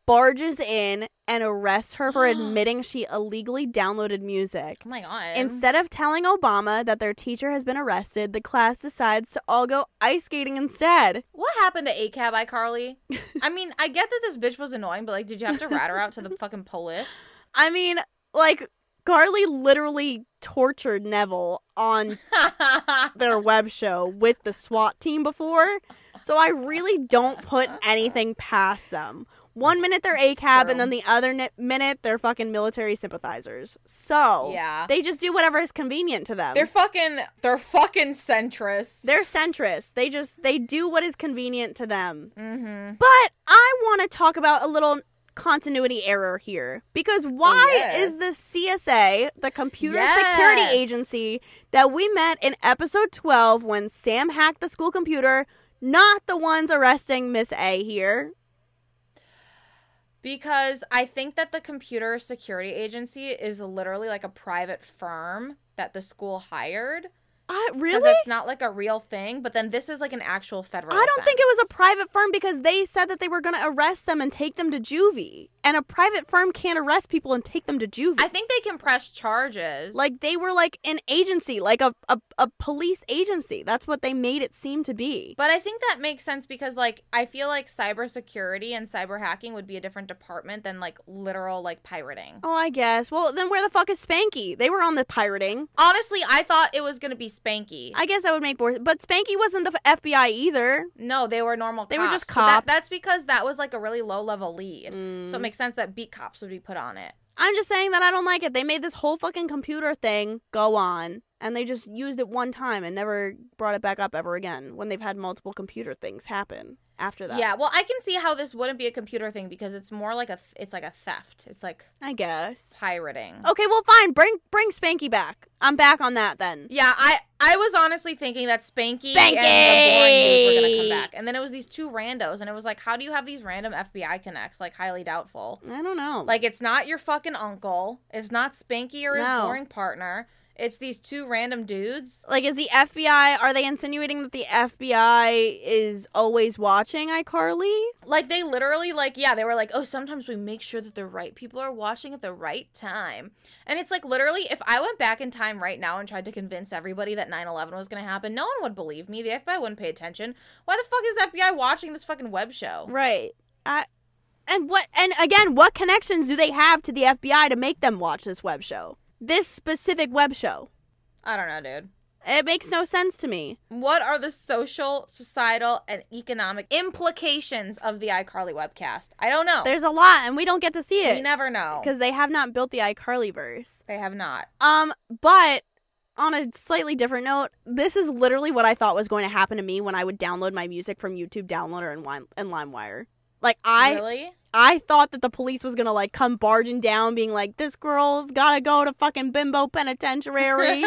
barges in and arrests her
[GASPS]
for admitting she illegally downloaded music.
Oh my god.
Instead of telling Obama that their teacher has been arrested, the class decides to all go ice skating instead.
what happened to ACAB
[LAUGHS]
iCarly? I mean, I get that this bitch was annoying, but like, did you have to rat her out to the fucking
[LAUGHS]
police?
I mean, like, Carly literally tortured Neville on
[LAUGHS]
their web show with the SWAT team before, so I really don't put anything past them. One minute they're ACAB, and then the other ni- minute they're fucking military sympathizers. So
Yeah.
they just do whatever is convenient to them.
They're fucking, they're fucking centrists.
They're centrist. They just they do what is convenient to them.
Mm-hmm.
But I want to talk about a little continuity error here because why
yes.
is the CSA, the computer
Yes.
security agency that we met in episode 12 when Sam hacked the school computer, not the ones arresting Miss A here?
Because I think that the computer security agency is literally like a private firm that the school hired.
I
Because
really
it's not like a real thing, but then this is like an actual federal.
I don't think it was
offense.
a private firm because they said that they were going to arrest them and take them to juvie. And a private firm can't arrest people and take them to juvie.
I think they can press charges.
Like they were like an agency, like a, a a police agency. That's what they made it seem to be.
but I think that makes sense because like I feel like cybersecurity and cyber hacking would be a different department than like literal like pirating.
Oh, I guess. Well, then where the fuck is Spanky? They were on the pirating.
Honestly, I thought it was gonna be Spanky.
I guess that would make more. But Spanky wasn't the f- FBI either.
no, they were normal.
They were just
But that-
cops.
that's because that was like a really low level lead, so it
Mm.
makes sense that beat cops would be put on it.
I'm just saying that I don't like it. They made this whole fucking computer thing go on, and they just used it one time and never brought it back up ever again. When they've had multiple computer things happen after that.
Yeah, well, I can see how this wouldn't be a computer thing because it's more like a th- it's like a theft. It's like
I guess.
pirating.
Okay, well, fine. Bring bring Spanky back. I'm back on that then.
Yeah, I I was honestly thinking that Spanky, and the boring dude were gonna come
Spanky!
back, and then it was these two randos, and it was like, how do you have these random FBI connects? Like highly doubtful.
I don't know.
Like it's not your fucking uncle, it's not Spanky or his
No.
boring partner. It's these two random dudes.
Like, is the FBI? Are they insinuating that the FBI is always watching iCarly?
Like they literally like yeah, they were like, "Oh, sometimes we make sure that the right people are watching at the right time." And it's like literally if I went back in time right now and tried to convince everybody that 9/11 was going to happen, no one would believe me. The FBI wouldn't pay attention. Why the fuck is the FBI watching this fucking web show?
Right. I and what and again, what connections do they have to the FBI to make them watch this web show? This specific web show.
I don't know, dude.
It makes no sense to me.
What are the social, societal, and economic implications of the iCarly webcast? I don't know.
There's a lot and we don't get to see
we
it
never know.
because they have not built the iCarly verse.
They have not.
Um, but on a slightly different note, this is literally what I thought was going to happen to me when I would download my music from YouTube Downloader and, Lime- and LimeWire. Like I,
really?
I thought that the police was gonna like come barging down, being like, "This girl's gotta go to fucking bimbo
[LAUGHS]
penitentiary."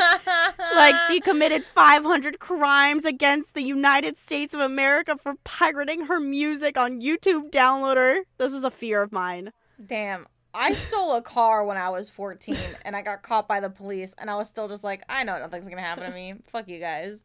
like she committed 500 crimes against the United States of America for pirating her music on YouTube Downloader. This is a fear of mine.
Damn. I stole a car when I
[LAUGHS]
was 14 and I got caught by the police and I was still just like, I know nothing's going to happen to me. Fuck you guys.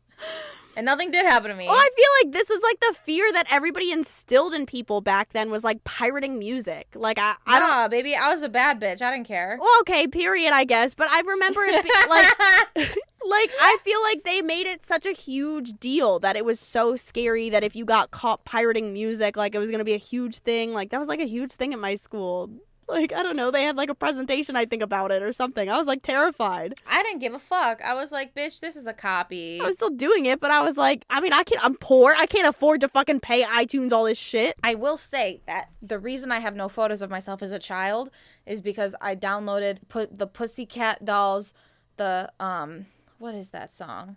And nothing did happen to me.
Oh, I feel like this was like the fear that everybody instilled in people back then was like pirating music. Like I, I don't.
Nah, baby, I was a bad bitch. I didn't care.
Well, okay, period, I guess. But I remember it be- like like I feel like they made it such a huge deal that it was so scary that if you got caught pirating music, like it was gonna be a huge thing. Like that was like a huge thing at my school. Like I don't know, they had like a presentation I think about it or something. I was like terrified.
[LAUGHS] I didn't give a fuck. I was like, bitch, this is a copy.
I was still doing it, but I was like, I mean, I can't. I'm poor. I can't afford to fucking pay iTunes all this shit.
I will say that the reason I have no photos of myself as a child is because I downloaded put the Pussycat Dolls, the um, what is that song?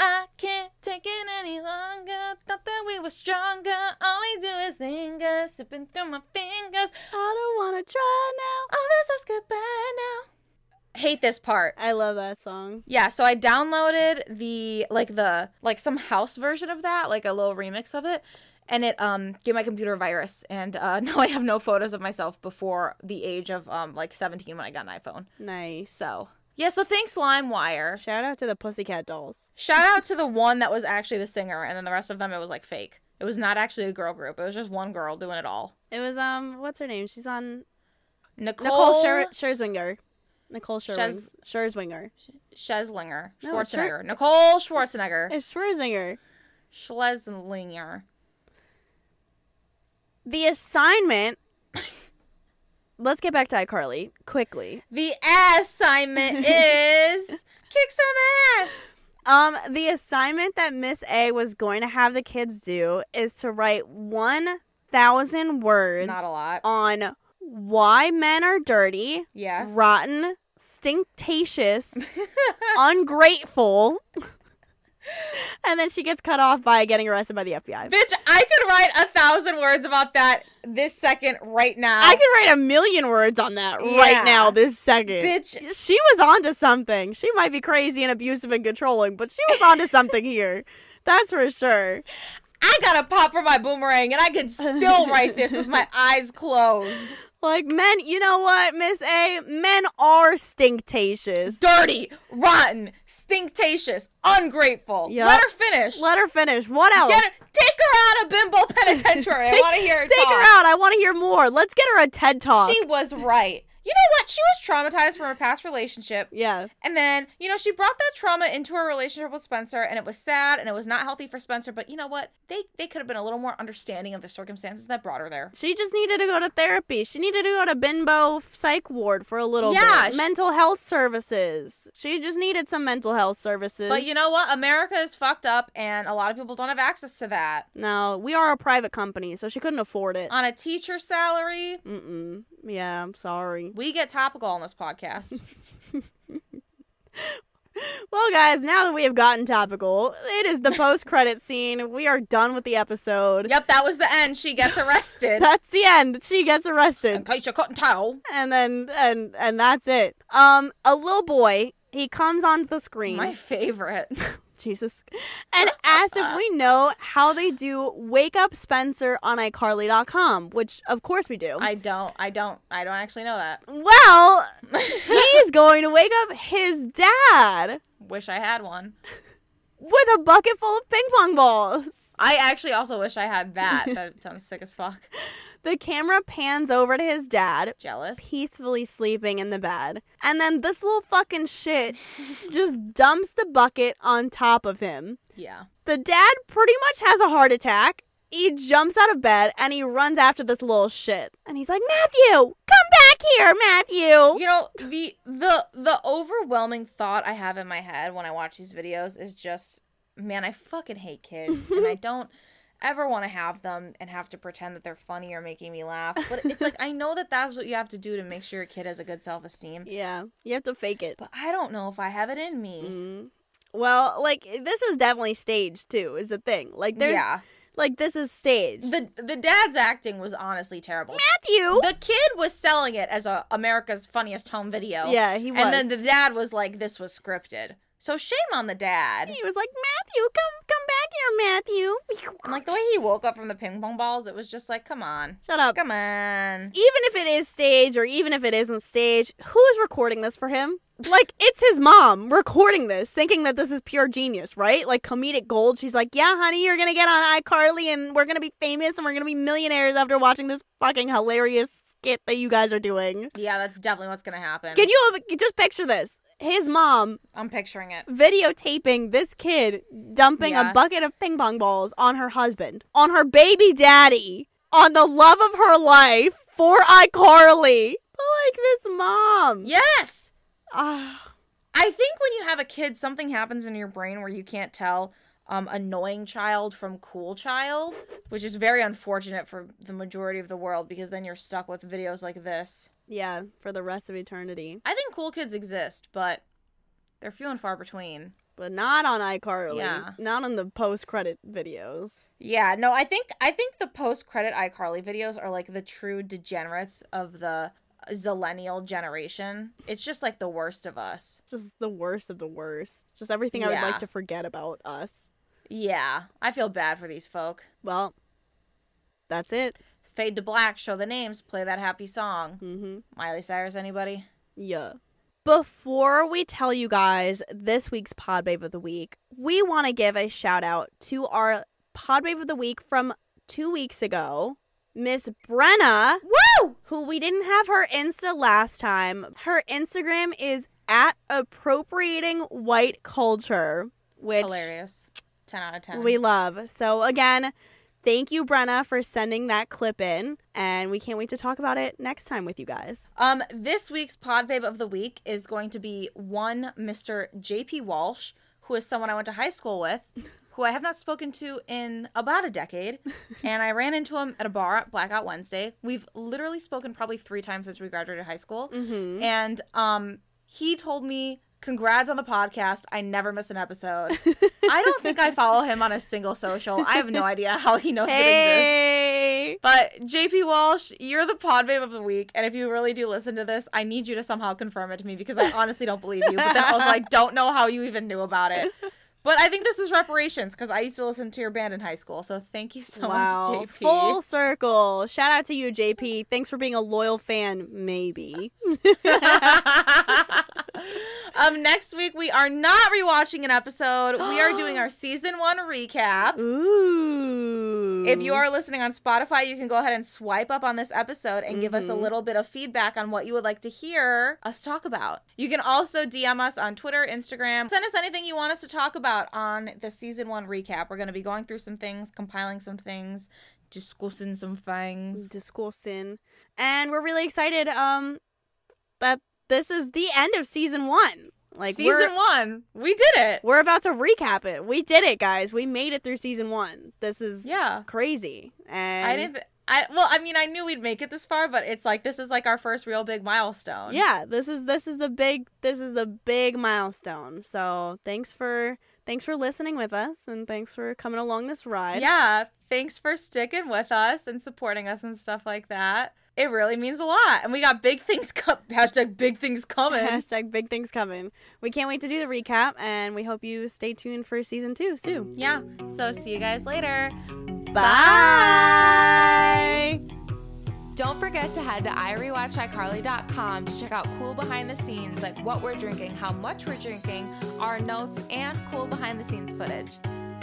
I can't take it any longer. Thought that we were stronger. All we do is linger, sipping through my fingers.
I don't wanna try now.
All this love's goodbye now. Hate this part.
I love that song.
Yeah, so I downloaded the like the like some house version of that, like a little remix of it, and it um gave my computer a virus, and uh, [LAUGHS] now I have no photos of myself before the age of um like 17 when I got an iPhone.
Nice.
So yeah, so thanks LimeWire.
shout out to the Pussycat Dolls.
Shout out to the one that was actually the singer, and then the rest of them it was like fake. It was not actually a girl group. It was just one girl doing it all.
It was um, what's her name? She's on
Nicole,
Nicole Scher-
Scher-
Scherzwinger. Nicole Scherwing-
Shez-
Scherzwinger.
Scheslinger,
No, it's Scher-
Schwarzenegger, Nicole Schwarzenegger,
It's Schwerzinger.
Schleslinger.
The assignment. [COUGHS] Let's get back to iCarly quickly.
The
[LAUGHS]
assignment is kick some ass.
Um, the assignment that Miss A was going to have the kids do is to write one thousand words Oh,
Not a lot.
on why men are dirty,
Yes.
rotten,
[LAUGHS]
stinctatious, ungrateful. [LAUGHS] and then she gets cut off by getting arrested by the FBI.
Bitch, I could write a thousand words about that this second right now.
I could write a million words on that
Yeah.
right now, this second.
Bitch,
She was onto something. She might be crazy and abusive and controlling, but she was onto
[LAUGHS]
something here. That's for sure.
I got a pop for my boomerang and I
[LAUGHS]
could still write this with my eyes closed.
Like men, you know what, Miss A? Men are stinctatious.
Dirty, rotten, stinctatious, ungrateful.
Yup.
Let her finish.
Let her finish. What else?
Get her, take her out
[LAUGHS]
of bimbo penitentiary. I
Take-
want to hear her
Take
talk.
her out. I want to hear more. Let's get her a TED talk.
She was right. You know what? She was traumatized from her past relationship.
yeah.
And then, you know, she brought that trauma into her relationship with Spencer and it was sad and it was not healthy for Spencer, but you know what? They they could have been a little more understanding of the circumstances that brought her there.
She just needed to go to therapy. She needed to go to Bimbo Psych Ward for a little
Yeah,
bit.
she-
mental health services. She just needed some mental health services.
But you know what? America is fucked up and a lot of people don't have access to that.
No, we are a private company, so she couldn't afford it.
On a teacher salary,
Mm-mm. Yeah, I'm sorry.
we get topical on this podcast.
Well, guys, now that we have gotten topical, it is the post-credit scene. We are done with the episode.
yep, that was the end. She gets
[LAUGHS]
arrested.
That's the end. She gets
In
arrested,
case you couldn't tell.
and then and and that's it. Um, a little boy he comes onto the screen. [LAUGHS]
My favorite.
Jesus. And asks if we know how they do Wake Up Spencer on iCarly.com, which of course we do.
I don't I don't I don't actually know that. [LAUGHS]
well, he's going to wake up his dad
Wish I had one.
with a bucket full of ping pong balls.
I actually also wish I had that. That sounds sick as fuck.
The camera pans over to his dad,
Jealous.
peacefully sleeping in the bed. And then this little fucking
[LAUGHS]
shit just dumps the bucket on top of him.
Yeah.
The dad pretty much has a heart attack he jumps out of bed and he runs after this little shit. And he's like, Matthew, come back here, Matthew.
You know, the the the overwhelming thought I have in my head when I watch these videos is just man, I fucking hate
[LAUGHS]
kids and I don't ever want to have them and have to pretend that they're funny or making me laugh. But it's like I know that that's what you have to do to make sure your kid has a good self-esteem.
Yeah, you have to fake it.
But I don't know if I have it in me.
Mm. Well, like this is definitely staged too, is the thing. Like there's
Yeah.
like this is staged.
The the dad's acting was honestly terrible.
Matthew.
The kid was selling it as a America's funniest home video.
yeah, he was.
And then the dad was like, this was scripted. So shame on the dad.
he was like, Matthew, come come back here, Matthew. [LAUGHS]
And like the way he woke up from the ping pong balls, it was just like, come on.
Shut up.
Come on.
even if it is stage or even if it isn't stage, who's recording this for him? Like, it's his mom recording this, thinking that this is pure genius, right? Like, comedic gold. She's like, yeah, honey, you're going to get on iCarly and we're going to be famous and we're going to be millionaires after watching this fucking hilarious skit that you guys are doing.
Yeah, that's definitely what's gonna happen.
Can you have- just picture this? His mom
I'm picturing it.
videotaping this kid dumping
Yeah.
a bucket of ping pong balls on her husband, on her baby daddy, on the love of her life for iCarly. But like this mom.
Yes!
Ah,
I think when you have a kid, something happens in your brain where you can't tell um, annoying child from cool child, which is very unfortunate for the majority of the world because then you're stuck with videos like this.
yeah, for the rest of eternity.
I think cool kids exist, but they're few and far between.
But not on iCarly.
Yeah.
Not on the post credit videos.
Yeah, no, I think I think the post credit iCarly videos are like the true degenerates of the zillennial generation. It's just like the worst of us.
It's Just the worst of the worst. Just everything I would
Yeah.
like to forget about us.
Yeah, I feel bad for these folk.
Well, that's it.
Fade to black, show the names, play that happy song.
Mm-hmm.
Miley Cyrus, anybody?
Yeah. Before we tell you guys this week's Pod Babe of the Week, we want to give a shout out to our Pod Babe of the Week from two weeks ago, Miss Brenna. Woo! Who we didn't have her Insta last time. Her Instagram is at appropriating white culture, which
Hilarious. 10 out of 10.
we love. So again, thank you, Brenna, for sending that clip in, and we can't wait to talk about it next time with you guys.
um, this week's Pod Babe of the Week is going to be one Mr. JP Walsh, who is someone I went to high school with, who I have not spoken to in about
[LAUGHS]
a decade. and I ran into him at a bar at Blackout Wednesday. We've literally spoken probably three times since we graduated high school.
Mm-hmm.
And um, he told me, Congrats on the podcast. I never miss an episode.
[LAUGHS]
I don't think I follow him on a single social. I have no idea how he knows it exists.
Hey.
But JP Walsh, you're the pod babe of the week, and if you really do listen to this, I need you to somehow confirm it to me because I honestly don't believe you. But then also, I don't know how you even knew about it. But I think this is reparations because I used to listen to your band in high school. So thank you so
wow.
much,
[LAUGHS]
JP.
Full circle. Shout out to you, JP. Thanks for being a loyal fan, maybe.
[LAUGHS] um, next week we are not rewatching an episode. We are doing our season one recap.
Ooh.
If you are listening on Spotify, you can go ahead and swipe up on this episode and give
Mm-hmm.
us a little bit of feedback on what you would like to hear us talk about. You can also DM us on Twitter, Instagram. Send us anything you want us to talk about on the season one recap. We're going to be going through some things, compiling some things, discussing some things.
discussing. And we're really excited um that this is the end of season one. Like
season
we're
one, we did it.
we're about to recap it. We did it, guys. We made it through season one. This is
Yeah.
crazy. And
I didn't. I, well, I mean, I knew we'd make it this far, but it's like this is like our first real big milestone.
Yeah, this is this is the big this is the big milestone. So thanks for thanks for listening with us and thanks for coming along this ride.
Yeah. Thanks for sticking with us and supporting us and stuff like that. It really means a lot. And we got big things [LAUGHS] co- hashtag big things coming.
[LAUGHS] Hashtag big things coming. We can't wait to do the recap and we hope you stay tuned for season two too.
yeah. So see you guys later.
Bye.
Don't forget to head to irewatchicarly.com to check out cool behind the scenes like what we're drinking, how much we're drinking, our notes, and cool behind the scenes footage.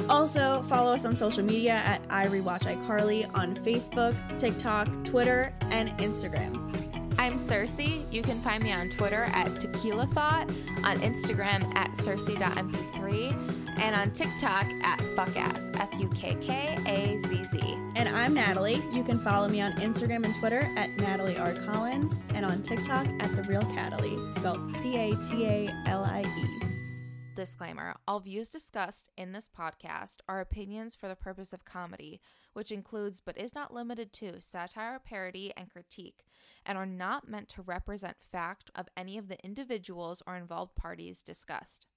Also, follow us on social media at I Rewatch iCarly on Facebook, TikTok, Twitter, and Instagram.
I'm Cersei. You can find me on Twitter at Tequila Thought, on Instagram at Cersei.mp3,
and on TikTok at Fuckass, F U K K A Z Z.
And I'm Natalie. You can follow me on Instagram and Twitter at Natalie R. Collins and on TikTok at The Real Cataly, spelled C A T A L I E.
Disclaimer All views discussed in this podcast are opinions for the purpose of comedy, which includes but is not limited to satire, parody, and critique, and are not meant to represent fact of any of the individuals or involved parties discussed.